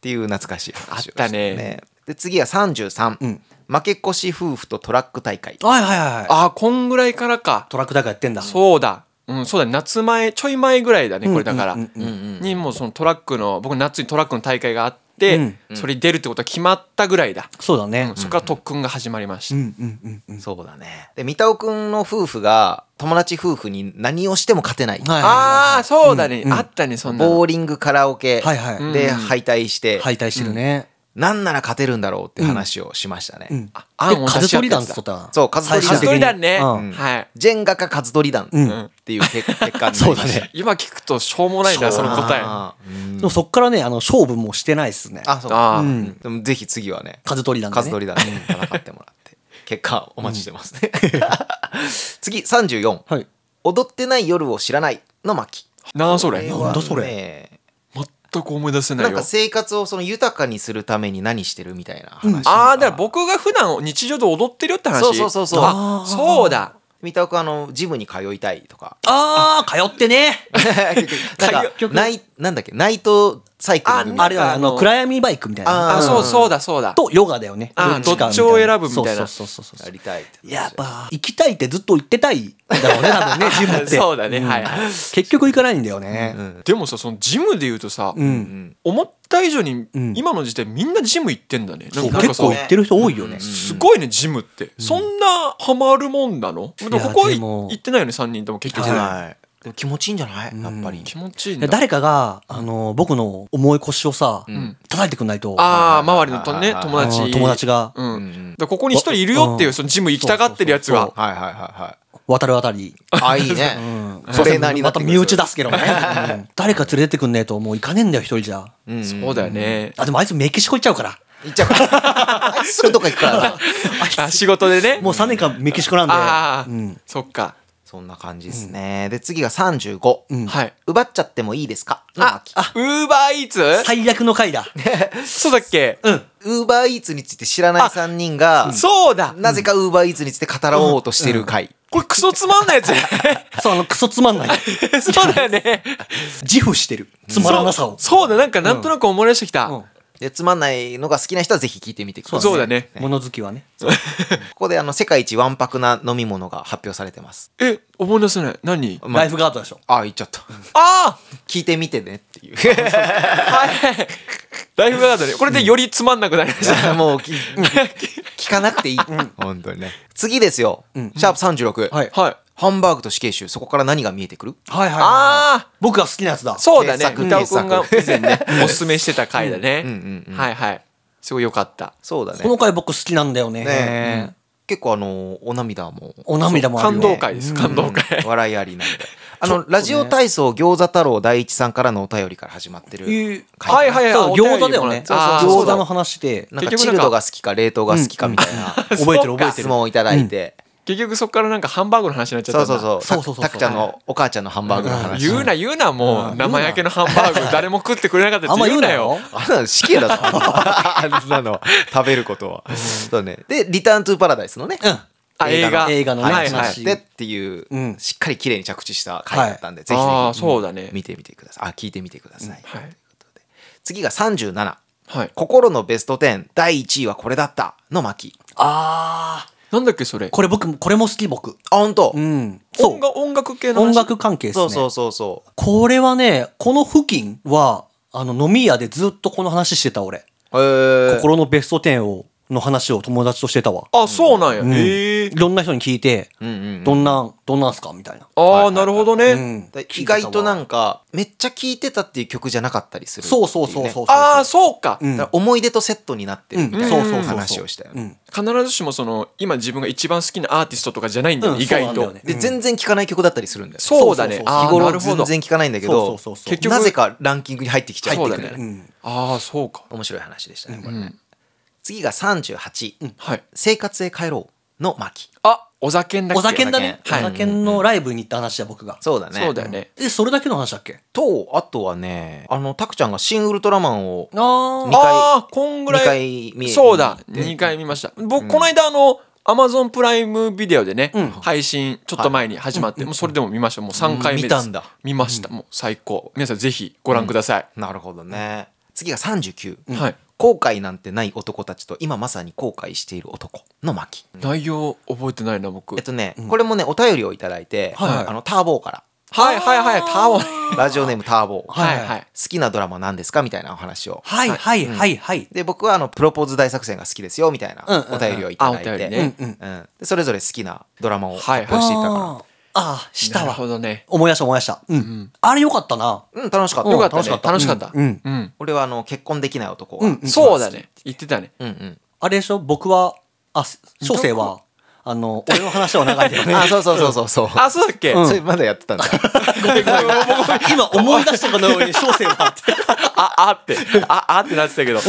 Speaker 2: ていう懐かしい話を
Speaker 4: あったね
Speaker 2: してで次は33、
Speaker 3: うん
Speaker 2: 負け越し夫婦とトラック大会
Speaker 3: はいはいはいはい
Speaker 4: ああこんぐらいからか
Speaker 3: トラック大会やってんだ
Speaker 4: そうだうんそうだ夏前ちょい前ぐらいだねこれだから
Speaker 3: うんうんうん
Speaker 2: うん
Speaker 4: にもうそのトラックの僕夏にトラックの大会があっって、
Speaker 3: うん
Speaker 4: それに出るってことは決まったぐらいだ、
Speaker 3: そうだね
Speaker 4: うん。そこから特訓が始まりました、
Speaker 3: うんうんうんうん。
Speaker 2: そうだねで三田尾くんの夫婦が友達夫婦に何をしても勝てない、
Speaker 3: はい
Speaker 4: ああそうだね、
Speaker 3: うん
Speaker 4: あったねそんなの
Speaker 2: ボーリングカラオケ
Speaker 3: はいはい
Speaker 2: で
Speaker 4: うん
Speaker 2: 敗退して、
Speaker 3: 敗退してるね。
Speaker 2: なんなら勝てるんだろうって話をしましたね、
Speaker 3: うん。
Speaker 4: あ
Speaker 3: あ、
Speaker 4: 案を出
Speaker 3: 風
Speaker 4: し合っ
Speaker 3: 取
Speaker 4: て
Speaker 3: り団
Speaker 4: やつ
Speaker 3: と
Speaker 4: だ
Speaker 3: った。
Speaker 2: そうカズトリ
Speaker 4: 最
Speaker 2: 団
Speaker 4: 終的に団ね、
Speaker 3: うん
Speaker 4: はい
Speaker 2: ジェンガかカズトリ団
Speaker 3: うん
Speaker 2: っていう結結果になりました、
Speaker 4: 今聞くとしょうもないなその答えあ
Speaker 2: あーうん
Speaker 3: でもそっからね、あの、勝負もしてないっすね。
Speaker 2: あそう
Speaker 4: あー、
Speaker 3: うん
Speaker 2: でもぜひ次はね
Speaker 3: 風取り団でね
Speaker 2: カズトリ団で戦ってもら
Speaker 3: [laughs]
Speaker 2: って結果お待ちしてますね、 [laughs] 次34、
Speaker 3: はい。
Speaker 2: 踊ってない夜を知らない」の巻
Speaker 4: なんそれ
Speaker 3: なんだそれ
Speaker 2: れ
Speaker 4: 全く思い出せな
Speaker 2: ないん
Speaker 4: よ
Speaker 2: か生活をその豊かにするために何してるみたいな話、
Speaker 4: ああだから僕が普段日常で踊ってるよって話
Speaker 2: そうそうそうそう
Speaker 4: あそうだ
Speaker 2: 三田君あのジムに通いたいとか
Speaker 3: ああ、通ってね。
Speaker 2: なんか
Speaker 3: 結局
Speaker 2: ナイなんだっけナイトサイクリングみた
Speaker 3: あ
Speaker 2: い
Speaker 3: れ
Speaker 2: な
Speaker 3: は、あ
Speaker 4: あ
Speaker 3: の、
Speaker 4: の
Speaker 3: 暗闇バイクみたいな。
Speaker 4: あ
Speaker 2: あー
Speaker 4: そうそうだそうだ
Speaker 3: と、ヨガだよね。
Speaker 4: あー
Speaker 3: か
Speaker 4: どっちを選ぶみたいな
Speaker 3: そうそうそうそ
Speaker 2: や
Speaker 3: う。
Speaker 2: りたいって
Speaker 3: やっぱ、行きたいってずっと言ってたいんだろうね、多分ね、ジムって。
Speaker 4: [laughs] そうだねはいはい
Speaker 3: 結局行かないんだよね。
Speaker 4: でもさそのジムで言うとさ、
Speaker 3: うん。
Speaker 4: 思った以上に
Speaker 3: うん
Speaker 4: 今の時代みんなジム行ってんだね、
Speaker 3: そう、
Speaker 4: なんか
Speaker 3: 結
Speaker 4: さ
Speaker 3: 構行ってる人多いよね。
Speaker 4: すごいねジムって、そんなハマるもんなのでも
Speaker 3: いや
Speaker 4: ここは
Speaker 3: でも
Speaker 4: 行ってないよね3人とも結局、
Speaker 2: はいでも気持ちいいんじゃない、やっぱり
Speaker 4: 気持ちいいん
Speaker 3: で
Speaker 4: だ
Speaker 3: 誰かが、あの、僕の重い腰をさ、
Speaker 4: ん
Speaker 3: 叩いてくんないと。
Speaker 4: ああ周りのと
Speaker 2: は
Speaker 4: ね
Speaker 2: いはい
Speaker 4: 友
Speaker 2: は
Speaker 3: あ
Speaker 4: 達
Speaker 3: の友達が、
Speaker 4: うん、
Speaker 2: ん
Speaker 4: でここに一人いるよっていうそのジム行きたがってるやつ
Speaker 3: そう
Speaker 4: が
Speaker 3: そう
Speaker 2: はいはいはいはい
Speaker 3: 渡る渡り。
Speaker 2: あいいね、
Speaker 3: うん
Speaker 2: トレーナーにな
Speaker 3: ま
Speaker 2: って
Speaker 3: た
Speaker 2: くる
Speaker 3: 身内出すけどね。うん誰か連れてくんねえと、もう行かねえんだよ、一人じゃ。
Speaker 2: うんうん
Speaker 4: そうだよね、
Speaker 3: あ、でもあいつメキシコ行っちゃうから。
Speaker 2: 行っちゃうからあいつすぐどっか行くからな
Speaker 4: あ仕事でね
Speaker 3: もう3年間メキシコなんで。
Speaker 4: ああ、
Speaker 3: うん
Speaker 4: そっか、
Speaker 2: そんな感じですね、で次が35、
Speaker 3: うん
Speaker 4: はい
Speaker 2: 奪っちゃってもいいですかの
Speaker 4: あ
Speaker 2: 巻
Speaker 4: ウーバーイーツ
Speaker 3: 最悪の回だ。
Speaker 4: そうだっけ、
Speaker 2: ウーバーイーツについて知らない3人が
Speaker 4: そうだ
Speaker 2: なぜかウーバーイーツについて語ろうとしてる回、
Speaker 4: これクソつまんない
Speaker 3: [laughs]
Speaker 4: やつ
Speaker 3: そう、あの、クソつまんない。
Speaker 4: そうだよね
Speaker 3: 自負してる。つまらなさを。
Speaker 4: そうだなんかなんとなく思い出してきた、
Speaker 3: うん
Speaker 2: でつまんないのが好きな人はぜひ聞いてみてください
Speaker 4: そうだね
Speaker 3: 物好きはね。
Speaker 2: ここであの世界一わんぱくな飲み物が発表されてます
Speaker 4: え思い出せない何
Speaker 2: まあ
Speaker 3: ライフガードでしょ。
Speaker 2: あ言っちゃった
Speaker 4: あ
Speaker 2: 聞いてみてねっていう
Speaker 4: あはいライフガードねこれでよりつまんなくなりました、
Speaker 2: もうき聞かなくていい本当にね次ですよ、シャープ36、
Speaker 3: はい
Speaker 4: [laughs] はい
Speaker 2: ハンバーグと死刑囚そこから何が見えてくる
Speaker 3: はいはい
Speaker 4: ああ
Speaker 3: 僕が好きなやつだ。
Speaker 4: そうだね
Speaker 2: 傑作
Speaker 4: 歌尾くんが以
Speaker 2: 傑
Speaker 4: 前ねおすすめしてた回だね、
Speaker 2: んうんうん
Speaker 4: はいはいすごいよかった
Speaker 2: そうだね
Speaker 3: この回僕好きなんだよね。
Speaker 2: ね結構あのお涙も
Speaker 3: お涙もある
Speaker 4: 感
Speaker 3: よ、ね。
Speaker 4: 動会です感動会、
Speaker 2: 笑いありなんであの、ラジオ体操餃子太郎第一さんからのお便りから始まってる
Speaker 4: は
Speaker 2: 回
Speaker 4: いはいはい
Speaker 3: そう、餃
Speaker 4: お便り
Speaker 3: 子だよね。
Speaker 4: もらったあー
Speaker 3: 餃
Speaker 4: そ
Speaker 3: 子
Speaker 4: うだ
Speaker 3: の話で。
Speaker 2: なんか
Speaker 4: 結
Speaker 2: チ
Speaker 4: 局なんか
Speaker 2: ルドが好きか冷凍が好きかみたいな
Speaker 3: 覚えてる
Speaker 4: そうか
Speaker 3: 覚えて
Speaker 2: 質
Speaker 3: る。
Speaker 2: 問をいただいて、
Speaker 4: 結局そっからなんかハンバーグの話になっちゃっ
Speaker 2: そ
Speaker 4: た
Speaker 2: うん
Speaker 4: だ
Speaker 2: そうそ
Speaker 3: そ
Speaker 2: う
Speaker 3: うそうそう
Speaker 2: たくちゃんのお母ちゃんのハンバーグの話、
Speaker 4: 言うな言うなもう生焼けのハンバ
Speaker 2: [laughs]
Speaker 4: ーグ誰も食ってくれなかった
Speaker 3: あ
Speaker 4: や
Speaker 3: ん
Speaker 4: つ
Speaker 3: ま言
Speaker 4: 言う
Speaker 3: うな
Speaker 4: な
Speaker 3: よ
Speaker 4: よ。
Speaker 2: あんなの死刑だぞあんなの食べることは、そうねで「リターン・トゥ・パラダイス」のね、
Speaker 4: あ映画
Speaker 3: 映画のね
Speaker 4: はいはい
Speaker 3: 話
Speaker 2: でっていう、
Speaker 3: うん
Speaker 2: しっかり綺麗に着地した回だったんで、ぜひぜ
Speaker 4: ああ
Speaker 2: ひ
Speaker 4: そうだね
Speaker 2: 見てみてくださいあ聞いてみてください、
Speaker 4: はい
Speaker 2: 次が37
Speaker 4: はい
Speaker 2: 心のベスト10第1位はこれだったの巻
Speaker 3: ああ。
Speaker 4: なんだっけそれ
Speaker 3: これ僕も、これも好き僕。
Speaker 2: あ本当、
Speaker 3: うん。そ
Speaker 4: 音
Speaker 3: う。
Speaker 4: 楽音楽系の話
Speaker 3: 音楽関係ですね。
Speaker 2: そうそうそうそう
Speaker 3: これはね、この付近は、あの、飲み屋でずっとこの話してた俺。
Speaker 2: えー、
Speaker 3: 心のベスト10を、の話を友達としてたわ。
Speaker 4: あそうなんや、
Speaker 3: うん
Speaker 4: へえ
Speaker 3: いろんな人に聞いて、
Speaker 2: うんうんうん
Speaker 3: どんな、どんなんすかみたいな。
Speaker 4: ああ、なるほどね、
Speaker 3: うん
Speaker 2: だ意外とな
Speaker 3: か。
Speaker 2: んかめっちゃ聴いてたっていう曲じゃなかったりするっていね、
Speaker 3: そうそうそうそうそう。
Speaker 4: ああそうか、
Speaker 3: うん
Speaker 2: だから思い出とセットになってるみたいな
Speaker 3: そうそうそうそう
Speaker 2: 話をしたよね、
Speaker 3: うん
Speaker 4: 必ずしもその今自分が一番好きなアーティストとかじゃないんだよ、ね
Speaker 3: うん
Speaker 4: 意外
Speaker 3: そうな
Speaker 4: と、
Speaker 3: んだよね
Speaker 2: で全然聴かない曲だったりするんだよね
Speaker 4: そうだね
Speaker 3: そうそうそう
Speaker 4: あ
Speaker 2: 日
Speaker 4: あな
Speaker 2: 頃
Speaker 4: るほ
Speaker 2: 全
Speaker 4: ど
Speaker 2: 然聴かないんだけ
Speaker 3: そ
Speaker 2: ど
Speaker 3: うそうそうそう
Speaker 4: 結局
Speaker 2: なぜかランキングに入ってきちゃう
Speaker 4: そうだね、
Speaker 3: ん
Speaker 4: ああそうか、
Speaker 2: 面白い話でしたねこ
Speaker 4: う
Speaker 2: れ、
Speaker 4: ん、
Speaker 2: 次が38、
Speaker 4: はい
Speaker 2: 生活へ帰ろう」の巻
Speaker 4: あお酒んだっけ
Speaker 3: お酒んだね。お
Speaker 4: はい
Speaker 3: 酒んのライブに行った話だ、僕が。
Speaker 2: そうだね
Speaker 4: そうだよね、
Speaker 3: え、それだけの話だっけ
Speaker 2: とあとはねあのタクちゃんが「新ウルトラマン」を
Speaker 3: あ
Speaker 2: 二回
Speaker 4: ああこんぐらい
Speaker 2: 二回見
Speaker 4: そうだ2回見ました僕この間あのアマゾンプライムビデオでね、
Speaker 3: うん
Speaker 4: 配信ちょっと前に始まって、もうそれでも見ましたもう3回目です
Speaker 2: 見たんだ
Speaker 4: 見ました、もう最高皆さんぜひご覧ください、
Speaker 2: なるほどね次が39、
Speaker 4: はい
Speaker 2: 後悔なんてない男たちと今まさに後悔している男」の巻
Speaker 4: 内容覚えてないな僕
Speaker 2: えっとね、これもねお便りをいただいて、
Speaker 3: はいはい
Speaker 2: あのターボーから
Speaker 4: はいはいはいタオル
Speaker 2: ラジオネームターボー、
Speaker 4: はいはい
Speaker 2: 好きなドラマ何ですかみたいなお話を
Speaker 3: はいはいはいはい。
Speaker 2: で僕はあのプロポーズ大作戦が好きですよみたいな
Speaker 3: うんうんうん
Speaker 2: お便りをいただい
Speaker 4: あお
Speaker 2: て
Speaker 4: 便りね
Speaker 2: うんうんでそれぞれ好きなドラマを
Speaker 4: はい
Speaker 2: 発表していったか
Speaker 3: あーあー、した
Speaker 4: なる
Speaker 3: わ
Speaker 4: ほ。どね
Speaker 3: 思い出した思い出した。うん。あれよかったな。
Speaker 2: らうん楽しかった
Speaker 4: よかったね
Speaker 2: 楽しかった
Speaker 4: 楽しかった
Speaker 3: うん
Speaker 4: うん
Speaker 2: 俺はあの結婚できない男
Speaker 3: う
Speaker 2: が
Speaker 3: んうん
Speaker 4: そうだね言ってたね
Speaker 2: うんうん
Speaker 3: あれでしょ僕は、あ、小生は、あの、俺の話は長いけどね。
Speaker 2: [laughs] あそうそうそうそうそう
Speaker 4: あそうだっけ
Speaker 2: それまだやってた [laughs] んだ
Speaker 3: 今思い出したかのように小生はって。
Speaker 4: [laughs] あ、あって、あ、あってなってたけど。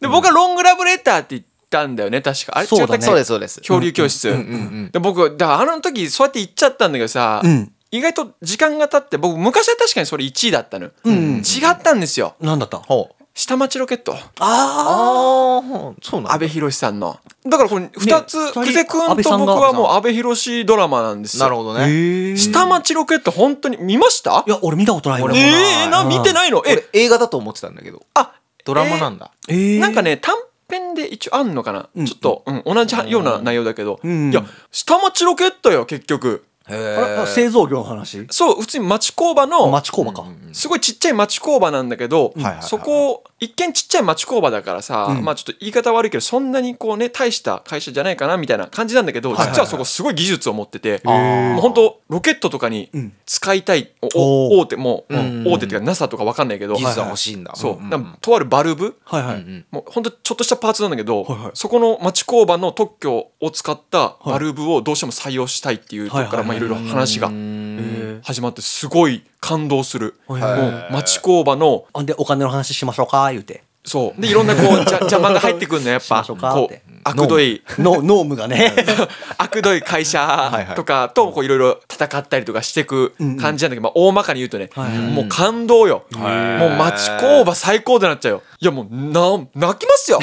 Speaker 4: で、僕はロングラブレターって言ったんだよね、確か。あれ
Speaker 3: そう
Speaker 4: 違っ
Speaker 3: だ
Speaker 4: た
Speaker 3: ね
Speaker 4: っけ
Speaker 2: そうですそうです
Speaker 4: 恐竜教室
Speaker 2: うんうんうん。
Speaker 4: で、僕、だからあの時、そうやって言っちゃったんだけどさ
Speaker 3: うん、
Speaker 4: 意外と時間が経って、僕、昔は確かにそれ1位だったのよ。違ったんですよ。
Speaker 3: なんだった
Speaker 2: ほう
Speaker 4: 下町ロケット。
Speaker 3: あ
Speaker 2: ああそうなんだ
Speaker 4: 安部寛さんの。だからこれ2つ、
Speaker 3: 二人
Speaker 4: 久世君
Speaker 3: 安倍さ
Speaker 4: と
Speaker 3: ん
Speaker 4: 僕
Speaker 3: が
Speaker 4: はもう安部寛ドラマなんですよ。
Speaker 2: なるほど
Speaker 3: あ。
Speaker 2: ね
Speaker 3: へー
Speaker 4: 下町ロケット、本当に見ました
Speaker 3: いや、俺見たことないよ
Speaker 2: 俺もない
Speaker 4: えー、な、見てないのえ
Speaker 2: 俺、映画だと思ってたんだけど
Speaker 4: あ、
Speaker 2: ドラマなんだ
Speaker 3: えー
Speaker 4: なんかね短編で一応あんのかな、
Speaker 3: うん
Speaker 4: ちょっと、うん、同じような内容だけど、
Speaker 3: ん
Speaker 4: いや下町ロケットよ結局
Speaker 2: へ
Speaker 3: あれあ
Speaker 2: え
Speaker 3: 製造業の話
Speaker 4: そう普通に町工場の
Speaker 3: 町工場か。
Speaker 4: すごいちっちゃい町工場なんだけど、
Speaker 2: はいはいはい
Speaker 4: そこを一見ちっちゃい町工場だからさ、
Speaker 3: うん
Speaker 4: まあちょっと言い方悪いけどそんなにこうね大した会社じゃないかなみたいな感じなんだけ
Speaker 3: い
Speaker 4: ど、
Speaker 3: はいはい
Speaker 4: 実はそこすごい技術を持ってて、
Speaker 2: ー
Speaker 4: もう本当ロケットとかに
Speaker 3: うん
Speaker 4: 使いたい、
Speaker 3: おー
Speaker 4: お大手もう、
Speaker 2: うん
Speaker 4: 大手っていうか NASA とか分かんないけど
Speaker 2: 技術が欲しいんだ
Speaker 4: そう、
Speaker 2: んん
Speaker 4: だからとあるバルブ、
Speaker 3: はいは
Speaker 2: う
Speaker 3: い。
Speaker 2: ん
Speaker 4: もうほんとちょっとしたパーツなんだけど、
Speaker 3: はいはい
Speaker 4: そこの町工場の特許を使ったバルブをどうしても採用したいっていうところから
Speaker 3: はいは
Speaker 4: まあ
Speaker 3: い
Speaker 4: い
Speaker 3: は
Speaker 4: ろ
Speaker 3: い
Speaker 4: いろ話が
Speaker 2: うん
Speaker 4: 始まってすごい感動する、
Speaker 3: はい
Speaker 2: はい
Speaker 4: もう町工場の
Speaker 3: ほんで、お金の話しましょうか、言うて。
Speaker 4: そうでいろんなこう
Speaker 3: [laughs]
Speaker 4: じゃ邪魔が入ってくるのやっ
Speaker 3: し
Speaker 4: ぱ
Speaker 3: ましょうかっ
Speaker 4: こ
Speaker 3: て
Speaker 4: う悪どい
Speaker 3: ノノームがね。
Speaker 4: [laughs] 悪どい会
Speaker 2: い
Speaker 4: 社
Speaker 2: はい
Speaker 4: とかとこういろいろ戦ったりとかしていく感じなんだけど、まあ、大まかに言うとね、
Speaker 3: はいはい
Speaker 4: もう感動よ、
Speaker 2: ー
Speaker 4: もう町工場最高だなっちゃうよいやもうな泣きますよ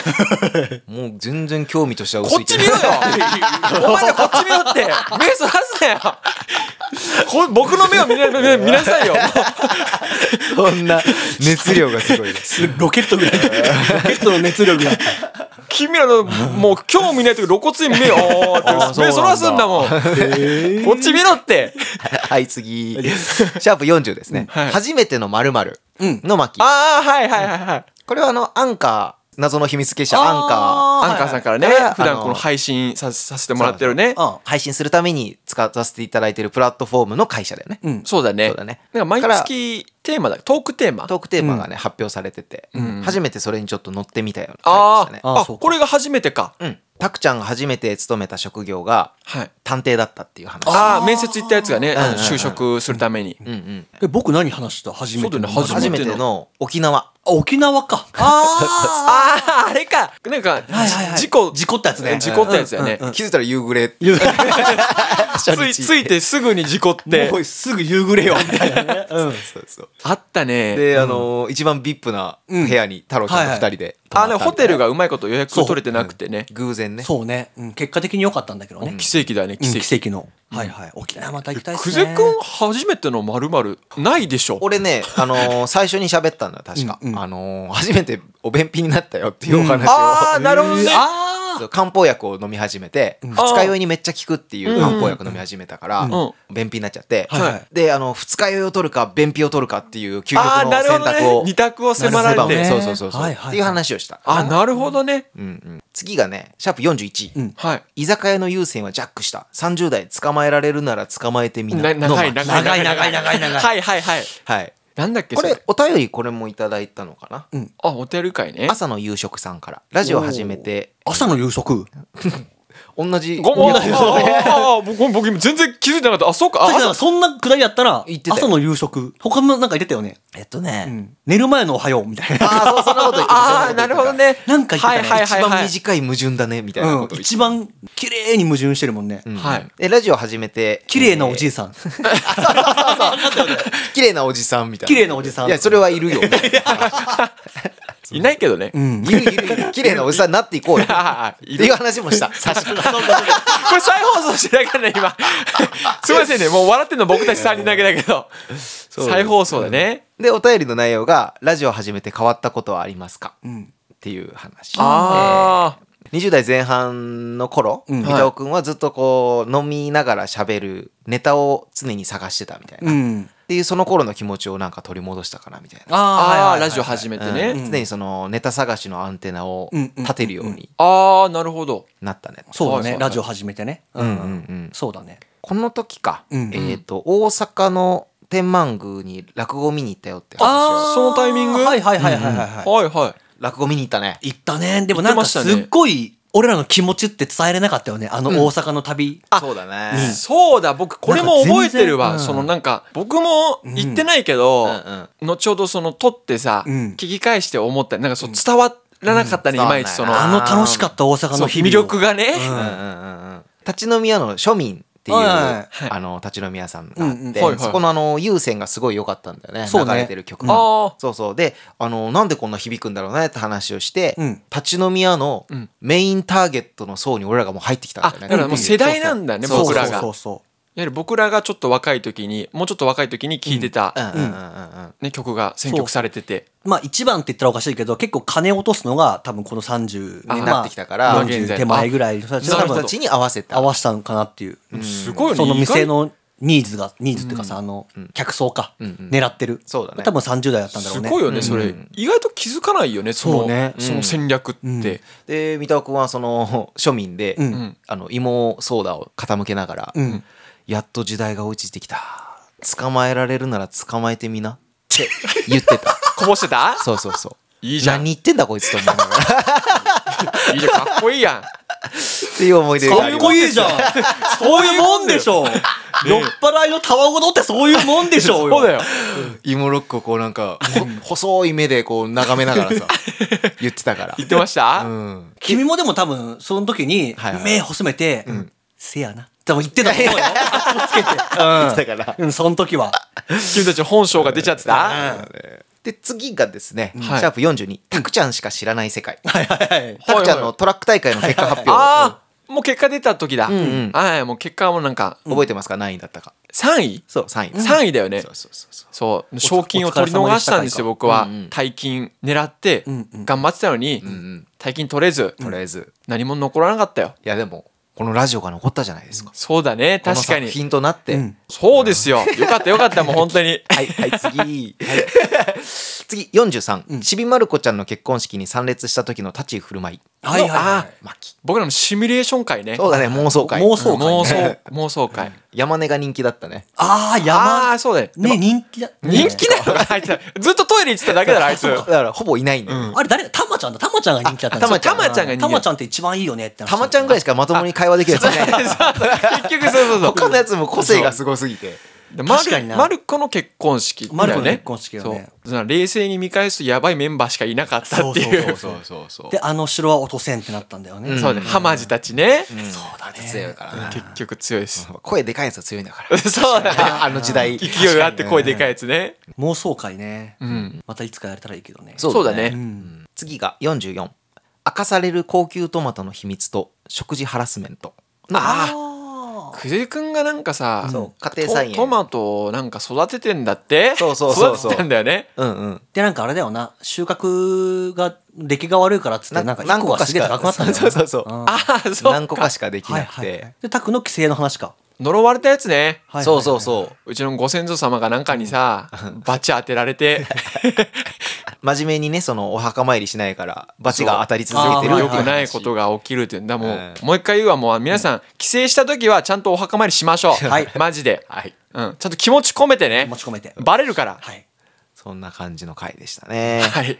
Speaker 2: もう全然興味としては薄
Speaker 4: こ
Speaker 2: い
Speaker 4: っ
Speaker 2: け
Speaker 4: ち
Speaker 2: ど
Speaker 4: 見ろよお前らこっち見ろって目そらすなよこ僕の目を見な [laughs] 見な見なさいよ
Speaker 2: [laughs] そんな熱量がすごいです。
Speaker 3: すロケットぐらい。ロケットの熱力が。
Speaker 4: 君らのもう今日見ないとき露骨に目をおー
Speaker 2: あー
Speaker 4: っ
Speaker 2: そうなん
Speaker 4: て
Speaker 2: だ
Speaker 4: 目そらすんだもん、こっち見ろって
Speaker 2: [laughs] はい、次。シャープ40ですね。
Speaker 4: はい
Speaker 2: 初めての〇〇の巻。
Speaker 4: ああはいはいはいはい
Speaker 2: これはあの、アンカー、謎の秘密結社アンカ
Speaker 4: アンカーさんからね
Speaker 2: はいはい
Speaker 4: 普段
Speaker 2: あ
Speaker 4: こ
Speaker 2: の
Speaker 4: の配信ささせてもらってるね
Speaker 3: あ
Speaker 2: ー、配信するために使わせていただいているプラットフォームの会社だよね。
Speaker 3: ん
Speaker 4: そうだね
Speaker 2: そうだね
Speaker 4: なんか毎月テーマだトークテーマ
Speaker 2: トークテーマがね、発表されてて、
Speaker 4: ん
Speaker 2: 初めてそれにちょっと乗ってみたような
Speaker 4: あ
Speaker 2: 回でし
Speaker 4: ー
Speaker 2: たね。
Speaker 4: あ
Speaker 3: あそうか
Speaker 4: これが初めてか、
Speaker 2: うん。たくちゃんが初めて勤めた職業が
Speaker 4: はい
Speaker 2: 探偵だったっていう話。
Speaker 4: ああ面接行ったやつがねあの就職するために、
Speaker 2: うんうん。
Speaker 3: え、僕何話した初めての。
Speaker 4: そうだよね
Speaker 2: 初めての沖縄。
Speaker 3: あ沖縄か。あ
Speaker 4: あああれかなんか、
Speaker 3: はいはいはい
Speaker 4: 事故
Speaker 3: 事故ったやつね
Speaker 4: 事故ったやつだよね、
Speaker 2: 気づいたら夕暮れって。 [laughs]
Speaker 4: ついついてすぐに事故って
Speaker 3: もうすぐ夕暮れよ、みたいなね。うん。
Speaker 2: そうそう。
Speaker 4: あったね
Speaker 2: で、あのー一番 VIP な部屋に太郎ちゃんと二人で泊ま
Speaker 4: あ
Speaker 2: ったんだ
Speaker 4: の
Speaker 2: よね、
Speaker 4: ホテルがうまいこと予約取れてなくてね
Speaker 2: 偶然ね
Speaker 3: そうね。うん結果的に良かったんだけどね。
Speaker 4: 奇跡だよね奇
Speaker 3: うん
Speaker 4: 跡
Speaker 3: 奇跡の。はいはい。沖縄また行きたいっす
Speaker 4: 久
Speaker 3: ね。
Speaker 4: 世君初めてのまるまるないでしょ
Speaker 2: 俺
Speaker 4: [laughs]
Speaker 2: ね、あのー最初に喋ったんだよ確か、
Speaker 3: うんうん
Speaker 2: あのー初めてお便秘になったよっていうお話
Speaker 4: あ
Speaker 2: を、
Speaker 4: あなるほどね
Speaker 3: あ
Speaker 2: そう漢方薬を飲み始めて、二日酔いにめっちゃ効くっていう漢方薬飲み始めたから、
Speaker 4: ん
Speaker 2: 便秘になっちゃって、
Speaker 3: は
Speaker 2: であの二日酔いを取るか便秘を取るかっていう究極
Speaker 4: ああ
Speaker 2: の
Speaker 4: なるほ
Speaker 2: 選
Speaker 4: ど
Speaker 2: 択
Speaker 4: ね
Speaker 2: を、
Speaker 4: 二択を迫ら
Speaker 3: な
Speaker 4: れ
Speaker 3: るほど
Speaker 4: て、
Speaker 3: ね
Speaker 2: そうそうそうそう、
Speaker 3: はいはいはい
Speaker 2: っていう話をした、
Speaker 4: あなるほどね
Speaker 2: うんうん、次がねシャープ41、
Speaker 3: うん
Speaker 4: はい
Speaker 2: 居酒屋の優先はジャックした30代捕まえられるなら捕まえてみな
Speaker 4: な長い
Speaker 2: の巻
Speaker 4: 長い
Speaker 3: 長い長い長い長い
Speaker 4: はいはいはい
Speaker 2: はい
Speaker 4: なんだっけ
Speaker 2: こ
Speaker 4: そ
Speaker 2: れお便りこれもいただいたのかな、
Speaker 4: あお手る会ね
Speaker 2: 朝の夕食さんからラジオ始めて
Speaker 3: あ。朝の夕食。
Speaker 2: 同じ
Speaker 4: ごめん
Speaker 2: 同
Speaker 4: あー
Speaker 2: じ
Speaker 4: あー僕僕今全然気づいてなかったあそうかあ
Speaker 3: さっきなんかそんなくだりやったら
Speaker 2: 言って、た
Speaker 3: 朝
Speaker 2: よ
Speaker 3: の夕食。他のなんか言ってたよね。
Speaker 2: えっと
Speaker 3: う
Speaker 2: ね、
Speaker 3: ん寝る前のおはようみたいな。
Speaker 2: ああそうそんなこと言ってた
Speaker 4: あーなるほどね
Speaker 3: なんか言ってたね
Speaker 4: はい
Speaker 2: 一
Speaker 4: はいはいは
Speaker 2: 番
Speaker 4: い
Speaker 2: 短い矛盾だねみたいな
Speaker 3: う
Speaker 2: こ
Speaker 3: ん
Speaker 2: とを言って、
Speaker 3: 一番綺麗に矛盾してるもんね。
Speaker 2: うん
Speaker 4: はい
Speaker 2: でラジオ始めて
Speaker 3: 綺麗なおじい
Speaker 2: さ
Speaker 3: さん。
Speaker 2: ん綺麗なおじさんみたいな
Speaker 3: 綺麗なおじさん
Speaker 2: いやそれはいるよ
Speaker 4: いないけどね、
Speaker 3: うん。
Speaker 2: いるいるいる綺麗なおじさんになっていこうよっ
Speaker 4: あ [laughs] ーい
Speaker 2: て
Speaker 4: る
Speaker 2: いう話もした確か
Speaker 4: これ再放送してないからね、今。すいませんね、もう笑ってんの僕たち3人だけだけど。再放送だね。
Speaker 2: でお便りの内容が「ラジオ始めて変わったことはありますか?」
Speaker 3: ん
Speaker 2: っていう話
Speaker 4: ああ。
Speaker 2: 20代前半の頃、
Speaker 3: うん
Speaker 2: 三田尾君はずっとこう飲みながら喋るネタを常に探してたみたいな、
Speaker 3: う
Speaker 2: っ
Speaker 3: ん。
Speaker 2: ていうその頃の気持ちをなんか取り戻したかなみたいな
Speaker 4: ああラジオ
Speaker 3: は
Speaker 4: 始めて
Speaker 2: う
Speaker 4: ね
Speaker 2: ん常にそのネタ探しのアンテナを
Speaker 3: うんうん
Speaker 2: 立てるように
Speaker 4: ああなるほど
Speaker 2: なったね、
Speaker 3: そうだ
Speaker 4: そうそ
Speaker 3: ね。
Speaker 4: う
Speaker 3: ラジオ始めてね。
Speaker 2: うんうんうん
Speaker 3: そうだね。
Speaker 2: この時か、
Speaker 3: うん
Speaker 2: えっ、と大阪の天満宮に落語見に行ったよって話を
Speaker 4: ーそのタイミング
Speaker 3: はいはいはいはいはいはい。
Speaker 4: はいは
Speaker 2: 落語見に行ったね
Speaker 3: 行ったね。でもなん
Speaker 4: 行って
Speaker 3: か
Speaker 4: ました
Speaker 3: す
Speaker 4: ね
Speaker 3: っごい俺らの気持ちって伝えれなかったよね。あの大阪の旅。
Speaker 2: そうだね、
Speaker 4: いそうだ僕これも覚えて
Speaker 3: なん
Speaker 4: るわ
Speaker 3: か全然
Speaker 4: そのなんか僕も言ってないけど
Speaker 2: うんうん
Speaker 4: 後ほどその撮ってさ
Speaker 3: うん
Speaker 4: 聞き返して思ったなんかそう伝わらなかったね
Speaker 2: うん
Speaker 4: いまいちそ
Speaker 2: 伝
Speaker 4: の
Speaker 2: わら
Speaker 3: あ
Speaker 2: ない
Speaker 3: の楽しかった大阪
Speaker 4: そ
Speaker 3: の
Speaker 4: う
Speaker 3: 日々
Speaker 4: 魅
Speaker 3: を。
Speaker 4: 力がね
Speaker 2: うんうんうんうん立ち飲み屋の庶民っていう、
Speaker 3: はいはい
Speaker 2: あの立ち飲み屋さんがあって、
Speaker 3: うんうん
Speaker 4: はいはい
Speaker 2: そこのあの優先がすごい良かったんだよね
Speaker 3: そうね
Speaker 2: 流れてる曲
Speaker 4: あ
Speaker 2: が、
Speaker 4: ー
Speaker 2: そうそうであのなんでこんな響くんだろうねって話をして、
Speaker 3: うん
Speaker 2: 立ち飲み屋の
Speaker 4: うん
Speaker 2: メインターゲットの層に俺らがもう入ってきたん
Speaker 4: あ
Speaker 2: だよね。
Speaker 4: だからもう世代なんだね
Speaker 3: そう
Speaker 4: 僕ら
Speaker 3: そう
Speaker 4: が
Speaker 3: そうそ
Speaker 4: いわゆる僕らがちょっと若い時にもうちょっと若い時に聴いてた、
Speaker 2: うんうんうんうん
Speaker 4: ね、曲が選曲されてて
Speaker 3: う。まあ一番って言ったらおかしいけど、結構金落とすのが多分この30
Speaker 2: に
Speaker 3: まあ
Speaker 2: なってきたから
Speaker 3: 40手前ぐらいの人たち
Speaker 2: そ
Speaker 3: が多
Speaker 2: の人
Speaker 3: 分
Speaker 2: たちに合わせた
Speaker 3: 合わせたのかなっていう。
Speaker 4: すごいよね
Speaker 3: その店
Speaker 4: 意外
Speaker 3: のニーズが、ニーズっていうかさ、あの、客層か、狙ってる。
Speaker 2: そうだね
Speaker 3: 多分30代だったんだろ
Speaker 4: す
Speaker 3: うね。
Speaker 4: ごいよねそれ、
Speaker 2: うん
Speaker 4: 意外と気づかないよねその
Speaker 3: そうね
Speaker 4: その戦略って、
Speaker 3: うん
Speaker 2: で三田尾君はその [laughs] 庶民で、
Speaker 3: うん
Speaker 2: あの芋ソーダを傾けながら、
Speaker 3: ん
Speaker 2: やっと時代が追いついてきた捕まえられるなら捕まえてみなって言
Speaker 3: [laughs]
Speaker 2: ってた
Speaker 4: こぼしてた
Speaker 2: そうそうそう
Speaker 4: いいじゃん
Speaker 2: 何言ってんだこいつと思いながら
Speaker 4: いいじゃんかっこいいやん
Speaker 2: っていう思い出があり
Speaker 3: かっ
Speaker 2: ま
Speaker 3: こ
Speaker 2: す
Speaker 3: いいじゃんそういうもんでし
Speaker 4: [laughs]
Speaker 3: ょう酔っ払いのたわごとってそういうもんでしょうよ
Speaker 4: そうだよ
Speaker 2: 芋ロックをこうなんかほ細い目でこう眺めながら [laughs] さ言ってたから
Speaker 4: 言ってました、
Speaker 2: うん
Speaker 3: 君もでも多分その時に
Speaker 2: はいはい
Speaker 3: 目細めて「せやな」多分言ってたと
Speaker 4: [laughs]
Speaker 3: 思うよつけて
Speaker 2: 言ってたから
Speaker 3: うんその時は
Speaker 4: 君たちの本性が出ちゃってた、
Speaker 2: で次がですね、
Speaker 4: はい
Speaker 2: シャープ42「タクちゃんしか知らない世界」
Speaker 3: はいはいはい
Speaker 2: タクちゃんのトラック大会の結果発表、
Speaker 4: ああもう結果出た時だ、
Speaker 2: ん
Speaker 4: はいもう結果はもうなんか
Speaker 2: 覚えてますか何位だったか
Speaker 4: 3位
Speaker 2: そう3位、
Speaker 4: 3位だよね
Speaker 2: そうそうそうそう
Speaker 4: そう賞金を取り逃したんですよ
Speaker 3: お
Speaker 4: 僕は、
Speaker 2: うんうん
Speaker 4: 大金狙って
Speaker 3: んうん
Speaker 4: 頑張ってたのに、
Speaker 2: ん
Speaker 4: 大金取れず、
Speaker 2: とりあえず
Speaker 4: 何も残らなかったよ
Speaker 2: いやでもこのラジオが残ったじゃないですか、
Speaker 4: そうだね確
Speaker 2: こ
Speaker 4: か
Speaker 2: の作
Speaker 4: に
Speaker 2: 品となって、
Speaker 3: うん
Speaker 4: そうですよよかったよかったもう本当に
Speaker 2: はいはい次次43、ちびまる子ちゃんの結婚式に参列した時の立ち居振る舞い
Speaker 3: はいはいは
Speaker 2: マキ
Speaker 4: 僕らのシミュレーション会ね
Speaker 2: そうだね妄想会
Speaker 3: 妄想会
Speaker 4: 妄想妄想会
Speaker 2: 山根が人気だったね
Speaker 3: ああ
Speaker 4: ああ
Speaker 3: 山
Speaker 4: ーそうだよ
Speaker 3: ね人気だ
Speaker 4: 人
Speaker 3: ね
Speaker 4: 気だよあいつずっとトイレ行ってただけだろあいつ
Speaker 2: だからほぼいないんだよ、
Speaker 3: あれ誰たまちゃんだたまちゃんが人気だった
Speaker 4: あたまちゃんが人気だ
Speaker 3: たまちゃんって一番いいよねって話
Speaker 2: たまちゃんぐらいしかまともに会話できるやついない
Speaker 4: 結局そうそうそう
Speaker 2: 他のやつも個性がすごすぎて
Speaker 4: でマ
Speaker 3: 確か
Speaker 4: ル
Speaker 3: にな
Speaker 4: マルコの結婚式だよね
Speaker 3: マルコの結婚式よね
Speaker 4: そうだから冷静に見返すとやばいメンバーしかいなかったっていう
Speaker 3: そう
Speaker 2: そうそうそう
Speaker 3: であの城は落とせんってなったんだよね
Speaker 4: そうねハマジたちね
Speaker 3: そうだね
Speaker 2: 強いからな
Speaker 4: 結局強いです
Speaker 2: 声でかいやつは強いんだから
Speaker 4: [laughs] そうだね
Speaker 2: あの時代
Speaker 4: 勢いがあって声でかいやつね
Speaker 3: 妄想会ね
Speaker 4: うん
Speaker 3: またいつかやれたらいいけどね
Speaker 4: そうだね
Speaker 3: うん
Speaker 2: 次が44明かされる高級トマトの秘密と食事ハラスメントの
Speaker 4: あ
Speaker 3: あ
Speaker 4: 久世君がなんかさ
Speaker 2: そう
Speaker 4: ト
Speaker 2: 家庭菜園
Speaker 4: トマトをなんか育ててんだって
Speaker 2: そうそうそうそう
Speaker 4: 育ててんだよね
Speaker 2: うんうん
Speaker 3: でなんかあれだよな収穫が出来が悪いからっつってなんか1個がすげえ高くなったんだよ
Speaker 2: そう
Speaker 3: [laughs]
Speaker 2: そうそう
Speaker 3: あ
Speaker 4: ああそう
Speaker 2: 何個かしかでき
Speaker 3: はい
Speaker 2: なく
Speaker 3: はいはい
Speaker 2: て
Speaker 3: でタクの規制の話か
Speaker 4: 呪われたやつね
Speaker 3: はいはいはい
Speaker 2: そうそうそう
Speaker 4: うちのご先祖様がなんかにさバチ当てら
Speaker 2: [laughs]
Speaker 4: れて
Speaker 2: 真面目にねそのお墓参りしないからバチが当たり続けて
Speaker 3: そうあー
Speaker 2: る
Speaker 4: よくないことが起きるってだも
Speaker 2: え
Speaker 4: うもう一回言うわもう皆さん帰省した時はちゃんとお墓参りしましょう
Speaker 3: はい
Speaker 4: マジで
Speaker 2: はい
Speaker 4: うんちゃんと気持ち込めてね
Speaker 3: 持ち込めて
Speaker 4: バレるから
Speaker 3: はい
Speaker 2: そんな感じの回でしたね
Speaker 4: はい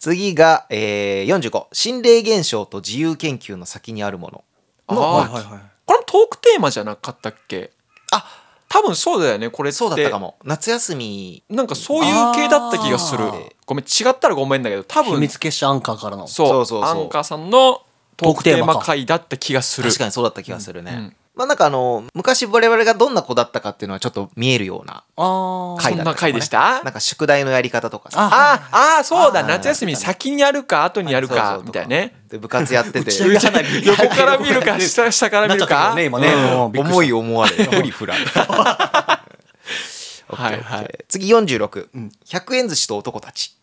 Speaker 2: 次が、えー、45心霊現象と自由研究の先にあるもの
Speaker 4: あ
Speaker 3: はい
Speaker 4: ー
Speaker 3: はいはい
Speaker 4: これもトークテーマじゃなかったっけあ多分そうだよねこれ
Speaker 2: そうだったか
Speaker 4: も
Speaker 2: も夏休み
Speaker 4: なんかそういう系だった気がする
Speaker 3: あー
Speaker 4: ごめん違ったらごめんだけど多
Speaker 3: 秘
Speaker 4: 分
Speaker 3: 密結社アンカーからの
Speaker 4: そう
Speaker 2: そうそうそう
Speaker 4: アンカーさんのトークテーマ会だった気がする
Speaker 2: 確かにそうだった気がするね、
Speaker 4: うんうん
Speaker 2: まあなんかあの昔我々がどんな子だったかっていうのはちょっと見えるような
Speaker 3: ああ
Speaker 2: 回だったかもね
Speaker 4: そんな回でした
Speaker 2: なんか宿題のやり方とかさ
Speaker 4: あああそうだ
Speaker 2: ー
Speaker 4: 夏休み先にやるか後にやる
Speaker 2: そうそう
Speaker 4: か
Speaker 2: と
Speaker 4: みたいなね
Speaker 2: で部活や
Speaker 4: [laughs]
Speaker 2: ってて
Speaker 3: 打ち上げ花火
Speaker 4: 横から見るか下下から見るか
Speaker 3: ね今
Speaker 2: [laughs]
Speaker 3: ねもうびっくり
Speaker 2: 思い思わ
Speaker 4: [laughs]
Speaker 2: れフリフラ
Speaker 4: はいはい
Speaker 2: 次46100円寿司と男たち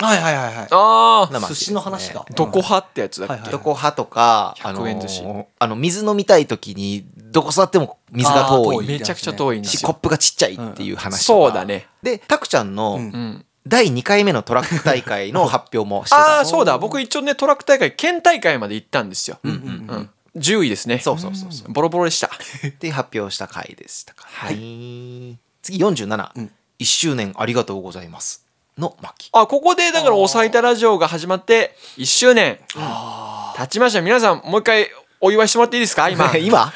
Speaker 3: はいはいはいはい
Speaker 4: ああ
Speaker 2: 生
Speaker 3: 寿司の話か
Speaker 4: どこ派ってやつだっけ、
Speaker 3: はいはい
Speaker 2: どこ派とか、あの
Speaker 4: 100円寿司
Speaker 2: あの水飲みたい時にどこ座っても水が遠い
Speaker 3: あー遠
Speaker 4: めちゃくちゃ遠いんで
Speaker 2: し
Speaker 4: す
Speaker 2: コッ
Speaker 4: よ、
Speaker 2: プがちっちゃいっていう話とか、
Speaker 4: そうだね
Speaker 2: でタクちゃんの
Speaker 3: うん
Speaker 4: うん、
Speaker 2: 第2回目のトラック大会の発表もして
Speaker 4: あ
Speaker 2: た
Speaker 4: あそうだ僕一応ねトラック大会県大会まで行ったんですよ、うん
Speaker 3: うんうん
Speaker 4: 10位ですね
Speaker 2: そうそうそうそ
Speaker 4: ボロボロでした
Speaker 2: うって発表した回でしたからはい次471、
Speaker 3: うん
Speaker 2: 一周年ありがとうございますの巻
Speaker 4: あここでだから「おさいたラジオ」が始まって1周年経ちました皆さんもう一回お祝いしてもらっていいですか今
Speaker 2: [laughs]
Speaker 3: [laughs]
Speaker 2: 今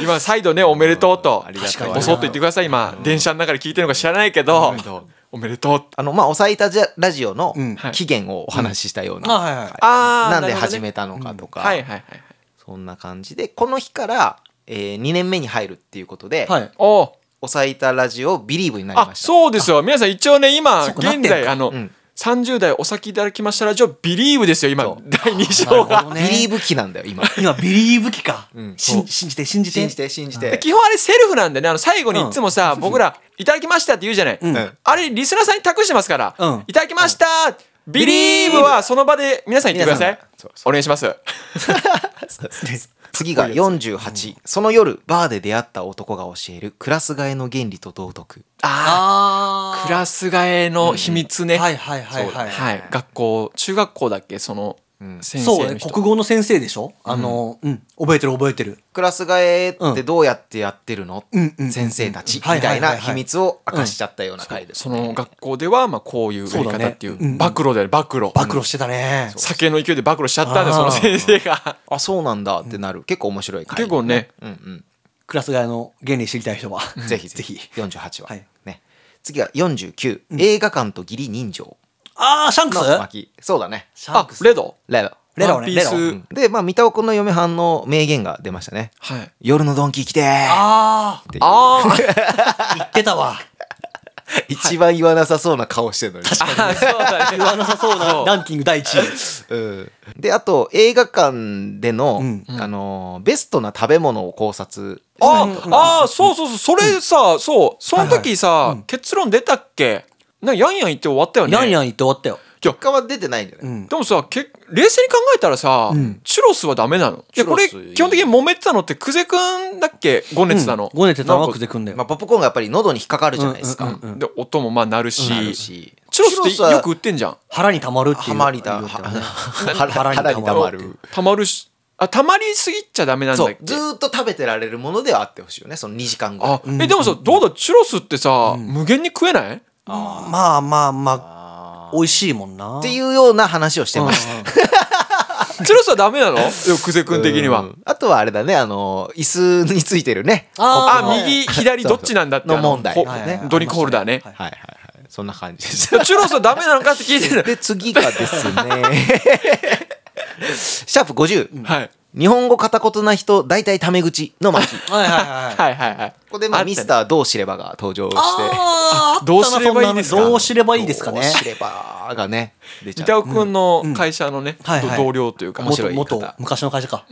Speaker 4: 今再度ねおめでとうと
Speaker 2: ありがとう
Speaker 4: ボソッと言ってください今電車の中で聞いてるのか知らないけどおめでとう
Speaker 2: あのまあ「おさいたじゃラジオ」の
Speaker 3: うん
Speaker 4: はい
Speaker 2: 起源をお話ししたような、
Speaker 3: うんあはいはい
Speaker 4: あー
Speaker 2: なんで
Speaker 4: なるほどね
Speaker 2: 始めたのかとか、
Speaker 4: はいはいはいはい
Speaker 2: そんな感じでこの日から、え2年目に入るっていうことで「
Speaker 3: はい
Speaker 4: おう
Speaker 2: おさいたラジオビリーブ」になり
Speaker 4: あ
Speaker 2: ました
Speaker 4: そうですよ皆さん一応ね今
Speaker 3: そうかなってん
Speaker 4: 現
Speaker 3: か
Speaker 4: 在あの
Speaker 2: うん
Speaker 4: 30代お先いただきましたラジオビリーブですよ今
Speaker 2: そう
Speaker 4: 第2章
Speaker 3: なる
Speaker 4: が
Speaker 3: ほど
Speaker 2: ビ
Speaker 3: ね
Speaker 2: リーブ期なんだよ
Speaker 4: [laughs]
Speaker 2: 今
Speaker 3: 今ビリーブ期か、
Speaker 2: うん
Speaker 3: し
Speaker 2: そうん
Speaker 3: 信じて信じて
Speaker 2: 信じて信じて
Speaker 4: 基本あれセルフなんでねあの最後にいつもさ僕ら「いただきました」って [laughs] 言うじゃない
Speaker 2: ん
Speaker 4: あれリスナーさんに託してますから
Speaker 3: うん
Speaker 4: 「いただきました」ビリーブはその場で皆さん言ってください
Speaker 2: 皆さんがそうそ
Speaker 4: お願いします
Speaker 2: 次が48、その夜バーで出会った男が教えるクラス替えの原理と道徳
Speaker 3: あ
Speaker 4: クラス替えの秘密ね、
Speaker 3: ーはいはいはいはい、
Speaker 4: はい学校中学校だっけその
Speaker 2: ん
Speaker 4: 先
Speaker 3: そう
Speaker 4: 生
Speaker 3: ね
Speaker 4: の人、
Speaker 3: 国語の先生でしょあのうん、覚えてる覚えてる
Speaker 2: クラス替えってどうやってやってるの、
Speaker 3: うんうん
Speaker 2: 先生たちみ
Speaker 3: うんはい
Speaker 2: たい
Speaker 3: は
Speaker 2: な
Speaker 3: は
Speaker 2: い
Speaker 3: い
Speaker 2: 秘密を明かしちゃったような回です、
Speaker 4: その学校ではまあこういう売り
Speaker 3: そうだ
Speaker 4: 方
Speaker 3: ね
Speaker 4: っていう
Speaker 3: うん
Speaker 4: 暴露である暴露
Speaker 3: 暴露してたね、
Speaker 4: 酒の勢いで暴露しちゃったんで
Speaker 3: あー
Speaker 4: その先生が
Speaker 2: あそうなんだってなる、結構面白い回
Speaker 4: 結構ね
Speaker 2: うんうん
Speaker 3: クラス替えの原理知りたい人は、
Speaker 2: ぜひぜ
Speaker 3: ぜ
Speaker 2: ひ
Speaker 3: ひ
Speaker 2: 48話、
Speaker 3: はい
Speaker 2: ね次が49、映画館と義理人情
Speaker 3: ああシャンクス
Speaker 2: の巻そうだね
Speaker 3: シャン
Speaker 4: あ
Speaker 3: クス
Speaker 4: レド
Speaker 2: レロ
Speaker 3: レロね
Speaker 4: ワンピース
Speaker 3: レド
Speaker 2: うんでまあ三田尾君の嫁はんの名言が出ましたね
Speaker 4: はい
Speaker 2: 夜のドンキ来てー
Speaker 3: あ
Speaker 2: っていう
Speaker 4: あ
Speaker 3: [laughs]
Speaker 4: ー
Speaker 3: あ言ってたわ
Speaker 2: 一番言わなさそうな顔してるのに、
Speaker 4: あーそうだね
Speaker 3: 言わなさそうな [laughs] ランキング第一位
Speaker 2: うんであと映画館での、
Speaker 3: うん
Speaker 2: あのーベストな食べ物を考察
Speaker 4: ああーそうそうそうそれさそうその時
Speaker 3: はいは
Speaker 4: さ
Speaker 3: いうん
Speaker 4: 結論出たっけなんかヤンヤン言って終わったよね
Speaker 3: ヤンヤン言って終わったよ
Speaker 2: 結果は出てないんじゃない、
Speaker 3: うん
Speaker 4: でもさけ冷静に考えたらさ、
Speaker 3: うん
Speaker 4: チュロスはダメなのいやこれ
Speaker 2: チュロス
Speaker 4: 基本的に揉めてたのって久世くんだっけごねてたの、
Speaker 3: ごねてたのは
Speaker 4: なん
Speaker 3: ク
Speaker 4: か
Speaker 3: ゼくんだよ、
Speaker 2: まあ、ポップコーンがやっぱり喉に引っかかるじゃないですか、
Speaker 3: うんうんうん
Speaker 4: で音もまあ鳴るし,、
Speaker 2: なるし
Speaker 4: チュロスってよく売ってんじゃん
Speaker 3: 腹にたまるっていう
Speaker 2: はまりだ
Speaker 3: 言うてたよね腹
Speaker 2: 腹腹
Speaker 3: に
Speaker 2: に
Speaker 3: 溜
Speaker 2: た
Speaker 3: ま
Speaker 2: ま
Speaker 3: る
Speaker 2: る
Speaker 4: たまるしあたまりすぎちゃダメなんだっ
Speaker 2: そう
Speaker 4: け
Speaker 2: ずーっと食べてられるものではあってほしいよねその2時間ぐらい
Speaker 4: あ、えでもさどうだチュロスってさ、無限に食えない
Speaker 3: まあまあまあ美味しいもんな
Speaker 2: っていううような話をしてました、
Speaker 4: チュロスはダメなのでも久世くん的には、
Speaker 2: うんあとはあれだねあの椅子についてるね
Speaker 4: あ
Speaker 3: あー
Speaker 4: 右左どっちなんだって
Speaker 2: そうそう
Speaker 4: あの
Speaker 2: の問題
Speaker 4: ほ
Speaker 2: はい
Speaker 3: はいはい
Speaker 4: ドリンクホルダーね、
Speaker 2: はいはいはいそんな感じでした
Speaker 4: でチュロスはダメなのかって聞い
Speaker 2: [laughs]
Speaker 4: てる
Speaker 2: で次がですね [laughs] シャープ50、
Speaker 4: はい
Speaker 2: 日本語片言な人大体タメ口の巻こ
Speaker 3: はいはいはい [laughs]
Speaker 4: はいはいはい
Speaker 2: こでまあ
Speaker 4: ったね
Speaker 2: ミスターどう知ればが登場して
Speaker 3: あー
Speaker 4: どう知ればいいですか
Speaker 3: どう知ればいいですかね
Speaker 2: どう知ればがね出ち
Speaker 4: 三
Speaker 2: ゃう
Speaker 4: 田君の会社のね、
Speaker 3: はいはい
Speaker 4: 同僚というか
Speaker 2: 面白い言い
Speaker 3: 元
Speaker 2: 方
Speaker 3: 元昔の会社か、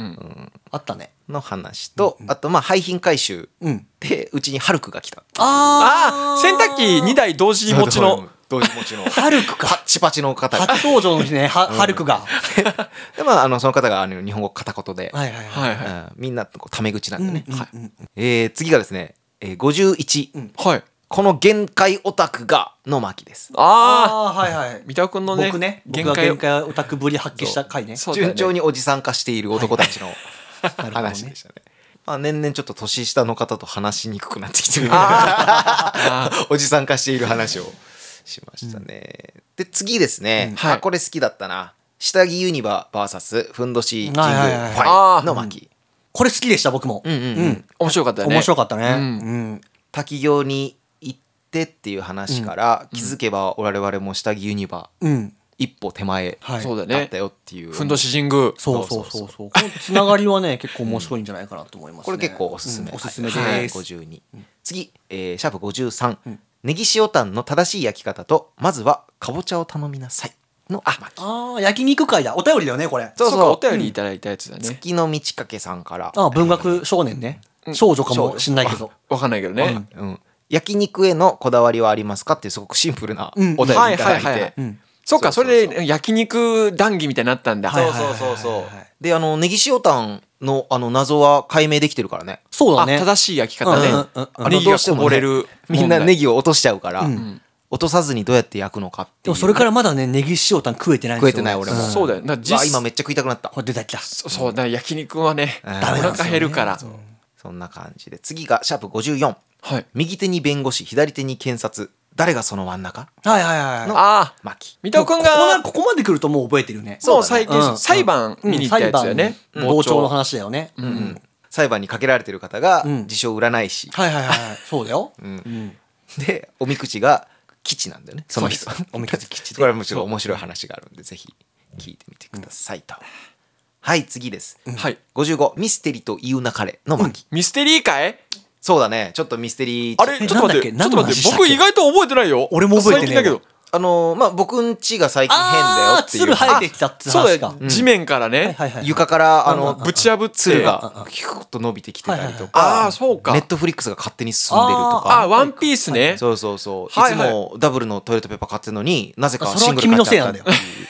Speaker 3: あったね
Speaker 2: の話と、あとまあ廃品回収
Speaker 3: うん
Speaker 2: でうちにハルクが来た
Speaker 4: あ
Speaker 3: あ
Speaker 4: あ洗濯機2台同時持ちの
Speaker 2: 同時持ちの
Speaker 3: ハルクか
Speaker 2: パッチパチの方が
Speaker 3: 初登場の日ねはハルクが
Speaker 2: でまああのその方があの日本語片言で、
Speaker 3: はいはいはい
Speaker 4: はいはい
Speaker 2: うんみんなこうタメ口なんでね、
Speaker 3: うんうんうん
Speaker 2: はいえー次がですね、えー、51、
Speaker 4: はい
Speaker 2: この限界オタクがの巻です
Speaker 4: ああ
Speaker 3: あーはいはい
Speaker 4: 三田君のね
Speaker 3: 僕ね
Speaker 4: 限
Speaker 3: 僕が
Speaker 4: 界
Speaker 3: 限界オタクぶり発揮した回ね
Speaker 4: そうだよ
Speaker 2: 順
Speaker 4: ね
Speaker 2: 調におじさん化している男たちの [laughs]
Speaker 3: なるほどね
Speaker 2: 話でしたね。まあ、年々ちょっと年下の方と話しにくくなってきてる [laughs] おじさん化している話をしましたね。で次ですね、
Speaker 4: はい
Speaker 2: あこれ好きだったな下着ユニバ VS ふんどしキングフ
Speaker 3: はいはいはい
Speaker 2: ァイの巻
Speaker 3: これ好きでした僕も
Speaker 2: うんうんうん
Speaker 4: 面白かったよね
Speaker 3: 面白かったね
Speaker 4: うん
Speaker 3: うん
Speaker 2: 滝行に行ってっていう話から、気づけば我々も下着ユニバ
Speaker 3: うん
Speaker 2: 一歩手前
Speaker 3: はい
Speaker 4: そうだ
Speaker 2: だっ
Speaker 4: ね
Speaker 2: たよっていう、
Speaker 4: ふんどし神宮
Speaker 3: そうそうそうそうこのつながりはね結構面白いんじゃないかなと思いますね
Speaker 2: これ結構おすすめ、
Speaker 3: うんおすすめ
Speaker 2: はい
Speaker 3: です
Speaker 2: 52、次、えーシャープ53、ネギ塩タンの正しい焼き方とまずはかぼちゃを頼みなさいのあ巻
Speaker 3: ああ焼肉会だお便りだよねこれ
Speaker 2: そう
Speaker 4: そうか
Speaker 2: そ
Speaker 4: お
Speaker 2: う
Speaker 4: 便りいただいたやつだね
Speaker 2: 月の満ち欠けさんから
Speaker 3: あー文学少年ね少女か
Speaker 2: 少
Speaker 3: も
Speaker 2: 女
Speaker 3: しんないけど
Speaker 4: わかんないけどね
Speaker 2: うん、焼肉へのこだわりはありますかっていうすごくシンプルなお
Speaker 3: ん
Speaker 2: 便りいただい
Speaker 4: はいはいはい
Speaker 2: て
Speaker 4: うんそっかそれで焼肉談義みたいになったんだ
Speaker 2: そうそうそうそうであのネギ塩タンのあの謎は解明できてるからね
Speaker 3: そうだ
Speaker 4: あ
Speaker 3: ね。
Speaker 4: 正しい焼き方ね
Speaker 3: うんうんうんうん
Speaker 4: あネギがこぼれる
Speaker 2: みんなネ
Speaker 4: ギ
Speaker 2: ギを落としちゃうから、
Speaker 3: うん
Speaker 2: 落とさずにどうやって焼くのかっていう
Speaker 3: でもそれからまだね、ネギ塩タン食えてないん
Speaker 2: 食
Speaker 3: で
Speaker 2: え
Speaker 3: す
Speaker 2: てない俺も、
Speaker 4: そうだよだから実
Speaker 2: わ今めっちゃ食いたくなった
Speaker 3: ほら出た来た。
Speaker 4: そうだから焼肉はねお
Speaker 2: んダメなんですよね
Speaker 4: 腹減るから
Speaker 2: そんな感じで次がシャープ54
Speaker 4: はい
Speaker 2: 右手に弁護士左手に検察誰がその真ん中
Speaker 3: はいはいはいはい。
Speaker 4: ああ
Speaker 2: マキ
Speaker 4: 三田尾君
Speaker 3: ここな
Speaker 4: が
Speaker 3: ここまで来るともう覚えてるよね。
Speaker 4: もう最
Speaker 3: う
Speaker 4: 近
Speaker 3: ん
Speaker 4: 裁判見に行ったやつだよね
Speaker 3: うん裁判傍聴の話だよね。
Speaker 2: うん裁判にかけられてる方が
Speaker 3: うん
Speaker 2: 自称占い師、
Speaker 3: はいはいはいはい。そうだよ。うん
Speaker 2: でおみくじが吉なんだよねその人
Speaker 3: そうですおみくじ吉で
Speaker 2: これはもちろん面白い話があるんでぜひ聞いてみてくださいと、はい次です、
Speaker 4: はい
Speaker 2: 55ミステリと言うなかれの巻、
Speaker 4: ミステリー会
Speaker 2: そうだねちょっとミステリー
Speaker 4: あれ
Speaker 3: え
Speaker 4: ちょっと待ってちょ
Speaker 3: な
Speaker 4: っ
Speaker 3: ん
Speaker 4: と
Speaker 3: だっけ何の
Speaker 4: 待って
Speaker 3: 話し
Speaker 4: 僕
Speaker 3: たっけ
Speaker 4: 意外と覚えてないよ
Speaker 3: 俺も覚えてねえわ
Speaker 4: 最近だけど
Speaker 2: あのーまあ僕んちが最近変だよ
Speaker 3: ああ、
Speaker 2: っていう
Speaker 3: 鶴生えてきたって
Speaker 4: そうだ
Speaker 3: 話か。
Speaker 4: よ地面からね
Speaker 3: はいはいはい。
Speaker 2: 床からあの
Speaker 4: ぶち破って
Speaker 2: 鶴がキュッと伸びてきてたりと
Speaker 4: あ
Speaker 2: か
Speaker 4: あそうか
Speaker 2: ネットフリックスが勝手に進んでると
Speaker 4: あ
Speaker 2: か
Speaker 4: ワンピースね
Speaker 2: そうそうそうい
Speaker 4: はい
Speaker 2: つ
Speaker 4: はい
Speaker 2: もダブルのトイレットペーパー買ってるのになぜか
Speaker 3: それ
Speaker 2: シ
Speaker 3: は
Speaker 2: ングル
Speaker 3: 君
Speaker 2: 買
Speaker 3: の
Speaker 2: っ
Speaker 3: せ
Speaker 2: ち
Speaker 3: い
Speaker 2: ゃ
Speaker 3: な
Speaker 2: っ
Speaker 3: んだ
Speaker 2: た
Speaker 3: よ
Speaker 2: って。いう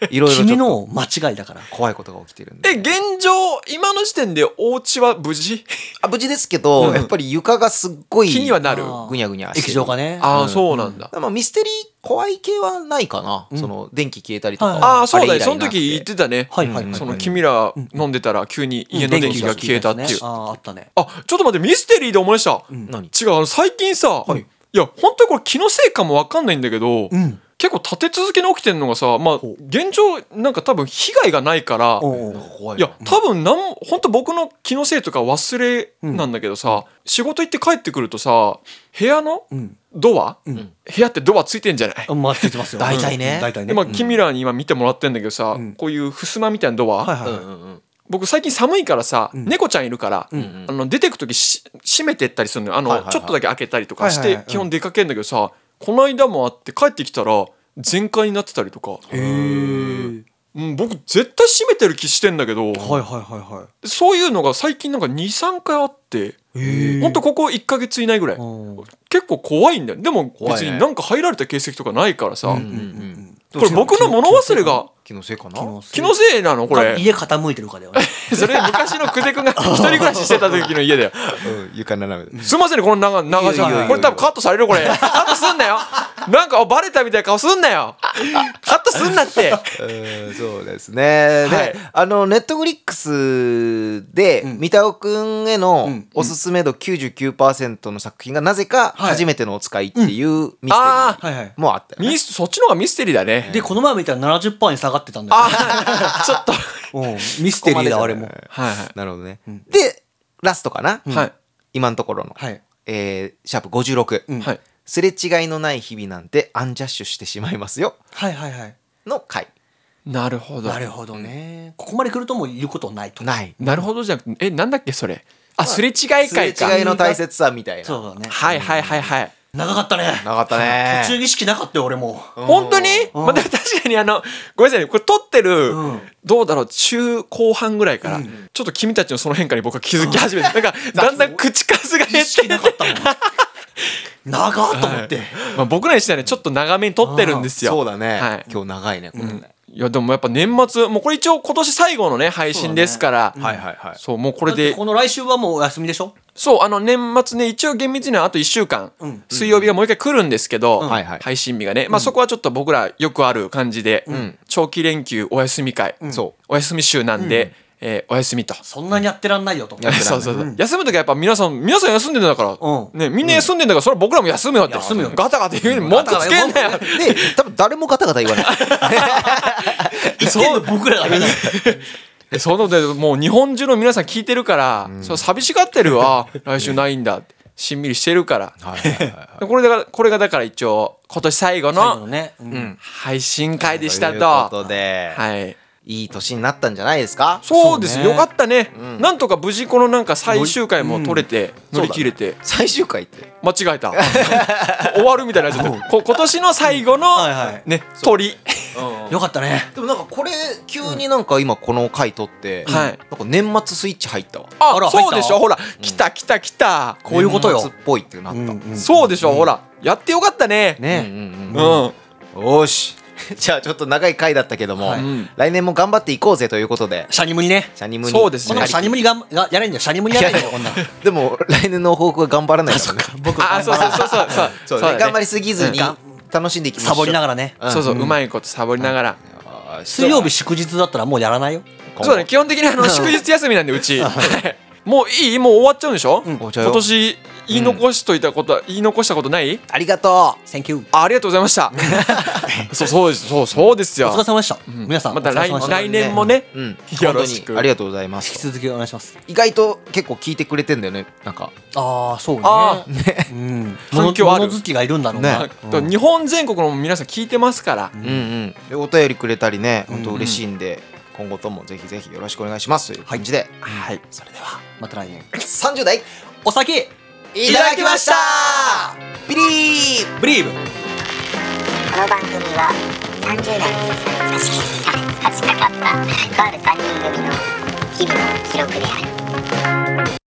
Speaker 3: [laughs]
Speaker 2: いろいろち
Speaker 3: 君
Speaker 2: ょ
Speaker 3: の
Speaker 2: っ
Speaker 3: 間違いだから。
Speaker 2: と怖いことが起きてるんで
Speaker 4: え現状今の時点でお家は無事
Speaker 2: あ無事ですけどやっぱり床がすっごい
Speaker 4: 気にはなる
Speaker 2: ぐにゃぐにゃしてる
Speaker 3: 液状がね。
Speaker 4: ああそうなんだ
Speaker 2: まあミステリー怖い系はないかな、その電気消えたりとかは、
Speaker 3: はい
Speaker 4: ああそうだ
Speaker 2: れ以
Speaker 4: ねそ
Speaker 2: 来
Speaker 4: の
Speaker 2: なくて
Speaker 4: 時言ってたね
Speaker 3: はいはいはい
Speaker 4: その君ら飲んでたら急に家の電気が消えたっていう
Speaker 3: ああ、あったね。
Speaker 4: あちょっと待ってミステリーで思い出した
Speaker 2: 何
Speaker 4: 違うあの最近さいや本当にこれ気のせいかもわかんないんだけど
Speaker 3: ん
Speaker 4: 結構立て続けに起きてんのがさまあ
Speaker 3: ほう
Speaker 4: 現状なんか多分被害がないから
Speaker 3: おうお
Speaker 2: なん
Speaker 3: う
Speaker 2: か怖い
Speaker 4: いや多分なん本当僕の気のせいとか忘れなんだけどさ、仕事行って帰ってくるとさ部屋の
Speaker 3: うん
Speaker 4: ドア、
Speaker 3: ん
Speaker 4: 部屋ってドアついてんじゃない、
Speaker 3: あまあ、ついてますよ。
Speaker 2: 大体ね
Speaker 3: うん大体
Speaker 4: で
Speaker 3: ね。
Speaker 4: まあ、
Speaker 3: うん
Speaker 4: 君らに今見てもらってんだけどさ、
Speaker 3: ん
Speaker 4: こういう襖みたいなド
Speaker 3: は
Speaker 4: ア、
Speaker 3: いはい
Speaker 2: うん
Speaker 3: はい。
Speaker 2: うんうん
Speaker 4: 僕最近寒いからさ、
Speaker 3: ん
Speaker 4: 猫ちゃんいるから、
Speaker 2: ん
Speaker 4: あの出てく時し閉めてったりするのよあの、
Speaker 2: はいはいはい
Speaker 4: ちょっとだけ開けたりとかし
Speaker 3: はいはい
Speaker 4: て
Speaker 3: はい
Speaker 4: 基本出かけんだけどさ、この間もあって帰ってきたら全開になってたりとか、
Speaker 3: へえ。
Speaker 4: うん、僕絶対閉めてる気してんだけ
Speaker 3: は
Speaker 4: ど、
Speaker 3: いはいはいはい。
Speaker 4: そういうのが最近なんか23回あって。ほんとここ1ヶ月以内ぐらい
Speaker 3: うん
Speaker 4: 結構怖いんだよでも別に
Speaker 2: 怖いね
Speaker 4: なんか入られた形跡とかないからさ、
Speaker 2: うんうん
Speaker 4: これ僕の物忘れが
Speaker 2: 気のせいかな
Speaker 3: 気の
Speaker 4: 気のせいなのこれ
Speaker 3: 家傾いてるかだよね。
Speaker 4: それ昔の久手くんが一人暮らししてた時の家だよ
Speaker 2: うん床斜めで
Speaker 4: すいませんねこの長長時
Speaker 2: いいよいい
Speaker 4: 間
Speaker 2: よ
Speaker 4: これ多分カットされるこれカットすんなよなんかおバレたみたいな顔すんなよカットすんなって
Speaker 2: うんそうですね、
Speaker 4: はい
Speaker 2: であのネットフリックスで
Speaker 3: ん
Speaker 2: 三田尾くんへの
Speaker 3: ん
Speaker 2: おすすめ度99%の作品がなぜか「
Speaker 3: はい
Speaker 2: 初めてのお使い」っていうミステリー
Speaker 4: あー
Speaker 3: はいはい。
Speaker 2: もあったよね、
Speaker 4: ミスそっちの方がミステリーだね
Speaker 3: で、この前見たら70%に下がってたんだよ。
Speaker 4: あーちょっと
Speaker 3: [laughs] うんミステリーだ、あれも。
Speaker 4: はいは
Speaker 2: なるほどね、でラストかな、
Speaker 4: いはい
Speaker 2: 今のところの、
Speaker 3: はい。
Speaker 2: えーシャープ56、
Speaker 3: うん
Speaker 4: はい
Speaker 2: すれ違いのない日々なんてアンジャッシュしてしまいますよ
Speaker 3: はいはいはい。
Speaker 2: の回
Speaker 4: なるほど
Speaker 3: なるほどね。ここまで来るともう言うことないと。
Speaker 2: ない
Speaker 4: なるほどじゃなくてえなんだっけそれあすれ違い
Speaker 2: すれ
Speaker 4: 会か
Speaker 2: 違いの大切さみたいな
Speaker 3: そうだね。
Speaker 4: はいはいはいはい
Speaker 3: 長かったね。
Speaker 2: なかったね
Speaker 3: 途中儀式なかったよ、俺も。
Speaker 4: 本当にまあ、でも確かにあのごめんなさいねこれ撮ってる、
Speaker 3: ん
Speaker 4: どうだろう中後半ぐらいから、ちょっと君たちのその変化に僕は気づき始めて、なんかだんだん口数が減
Speaker 3: 儀
Speaker 4: って
Speaker 3: 式
Speaker 4: て
Speaker 3: なかったもん。長っと思って。
Speaker 4: まあ、僕らにしてはねちょっと長めに撮ってるんですよ
Speaker 2: そうだね、
Speaker 4: はい
Speaker 2: 今日長いねこれね、
Speaker 4: いやでもやっぱ年末もうこれ一応今年最後のね配信ですからそう,、
Speaker 2: はいはいはい
Speaker 4: もうこれ
Speaker 3: だっ
Speaker 4: で
Speaker 3: てこの来週はもうお休みでしょ
Speaker 4: そうあの年末ね一応厳密にはあと1週間、
Speaker 3: うん
Speaker 4: 水曜日がもう一回来るんですけど、
Speaker 2: んはいはい
Speaker 4: 配信日がね、まあ、そこはちょっと僕らよくある感じで、長期連休お休み会、
Speaker 2: そ
Speaker 4: お休み週なんで、えーお休みと。
Speaker 3: そんなにやってらんないよと。
Speaker 2: やってらんない
Speaker 4: [laughs] そうそうそう、休む時はやっぱ皆さん皆さん休んでんだから、
Speaker 3: うん
Speaker 4: ね、みんな休んでんだから、それは僕らも休むよって
Speaker 3: 休むよ
Speaker 4: ガタガタ言うように文句つけんなよ
Speaker 2: うで多分誰もガタガタ言わない
Speaker 3: 言ってんの僕らだ
Speaker 4: [laughs]
Speaker 3: けだ。
Speaker 4: えそのでもう日本中の皆さん聞いてるから、そう寂しがってるわ [laughs] 来週ないんだってしんみりしてるから、でこれだからこれがだから一応今年最後
Speaker 3: 最後の
Speaker 4: の
Speaker 3: ね。うん
Speaker 4: 配信会でした
Speaker 2: と
Speaker 4: と
Speaker 2: いうことで、
Speaker 4: はい
Speaker 2: い、い年になったんじゃないですか
Speaker 4: そうです、
Speaker 3: そうね
Speaker 4: よかったね、なんとか無事このなんか最終回も取れて、乗り切れて、
Speaker 2: 最終回って
Speaker 4: 間違えた [laughs] 終わるみたいなやつだこ今年の最後の、
Speaker 3: はいはい
Speaker 4: ね鳥
Speaker 3: よかったね。
Speaker 2: でもなんかこれ急になんか今この回撮って、
Speaker 4: うん
Speaker 2: なんか年末スイッチ入ったわ
Speaker 4: あ
Speaker 3: あら入
Speaker 4: そ
Speaker 3: っ
Speaker 4: う
Speaker 3: た
Speaker 4: でしょほら、来た来た来た
Speaker 3: こういうことよ
Speaker 2: 年末っぽいってなった、
Speaker 3: うんうん
Speaker 4: そうでしょ、ほらやってよかったね
Speaker 2: ね、
Speaker 3: ね
Speaker 2: うんうん
Speaker 4: うん
Speaker 2: よし [laughs] じゃあちょっと長い回だったけども、
Speaker 3: はい
Speaker 4: うん
Speaker 2: 来年も頑張っていこうぜということで
Speaker 3: シャニムニね。
Speaker 2: シャニムに
Speaker 4: そうです
Speaker 3: こん
Speaker 4: ね
Speaker 3: なもんシャニムニがんがやれんだよ。シャニムニやれんだよ、こんなの。
Speaker 2: でも来年の抱負は頑張らないですね
Speaker 3: 僕
Speaker 4: あそうそうそう [laughs] そうそう
Speaker 2: そう
Speaker 4: だ
Speaker 2: ね
Speaker 4: ね
Speaker 2: 頑張りすぎずに
Speaker 3: うん
Speaker 2: 楽しんでいきましょう
Speaker 3: サボりながらね。
Speaker 2: ん
Speaker 4: そうそう、うまいことサボりながら、
Speaker 2: ら
Speaker 3: 水曜日祝日だったらもうやらないよ。
Speaker 4: そうだね基本的にあの祝日休みなんでうち [laughs] もういいもう終わっちゃうんでしょ、
Speaker 3: ん
Speaker 2: 終わっちゃうよ
Speaker 4: 今年言い残しといたことは、言い残したことない
Speaker 2: ありがとう
Speaker 3: Thank you。
Speaker 4: あありがとうございましたそうそうですそうそうです
Speaker 3: お
Speaker 4: よ
Speaker 3: 疲れ様でした。皆さん、
Speaker 4: また
Speaker 3: お疲れ
Speaker 4: 来
Speaker 3: 様でした
Speaker 4: 来年もね、
Speaker 2: うん
Speaker 4: よ
Speaker 2: 本
Speaker 4: ろ
Speaker 2: 当
Speaker 4: しく
Speaker 2: にありがとうございま
Speaker 3: 引き
Speaker 2: す
Speaker 3: 続きお願いします。
Speaker 2: 意外と結構聞いてくれてんだよねなんか
Speaker 3: ああ、そうね。
Speaker 4: あー [laughs]
Speaker 3: うん。
Speaker 4: 反響ある
Speaker 3: 物好きがいるんだろうな
Speaker 2: ね。
Speaker 4: あ日本全国の皆さん聞いてますから、
Speaker 2: うんうんでお便りくれたりね本当嬉しいんで今後ともぜひぜひよろしくお願いしますという感じで
Speaker 4: はい
Speaker 3: それでは、また来年。
Speaker 2: 30代
Speaker 3: お先
Speaker 2: いただきましたビリー
Speaker 3: ブリーブ
Speaker 1: この番組は30代にささ差し掛かったとある3人組の日々の記録である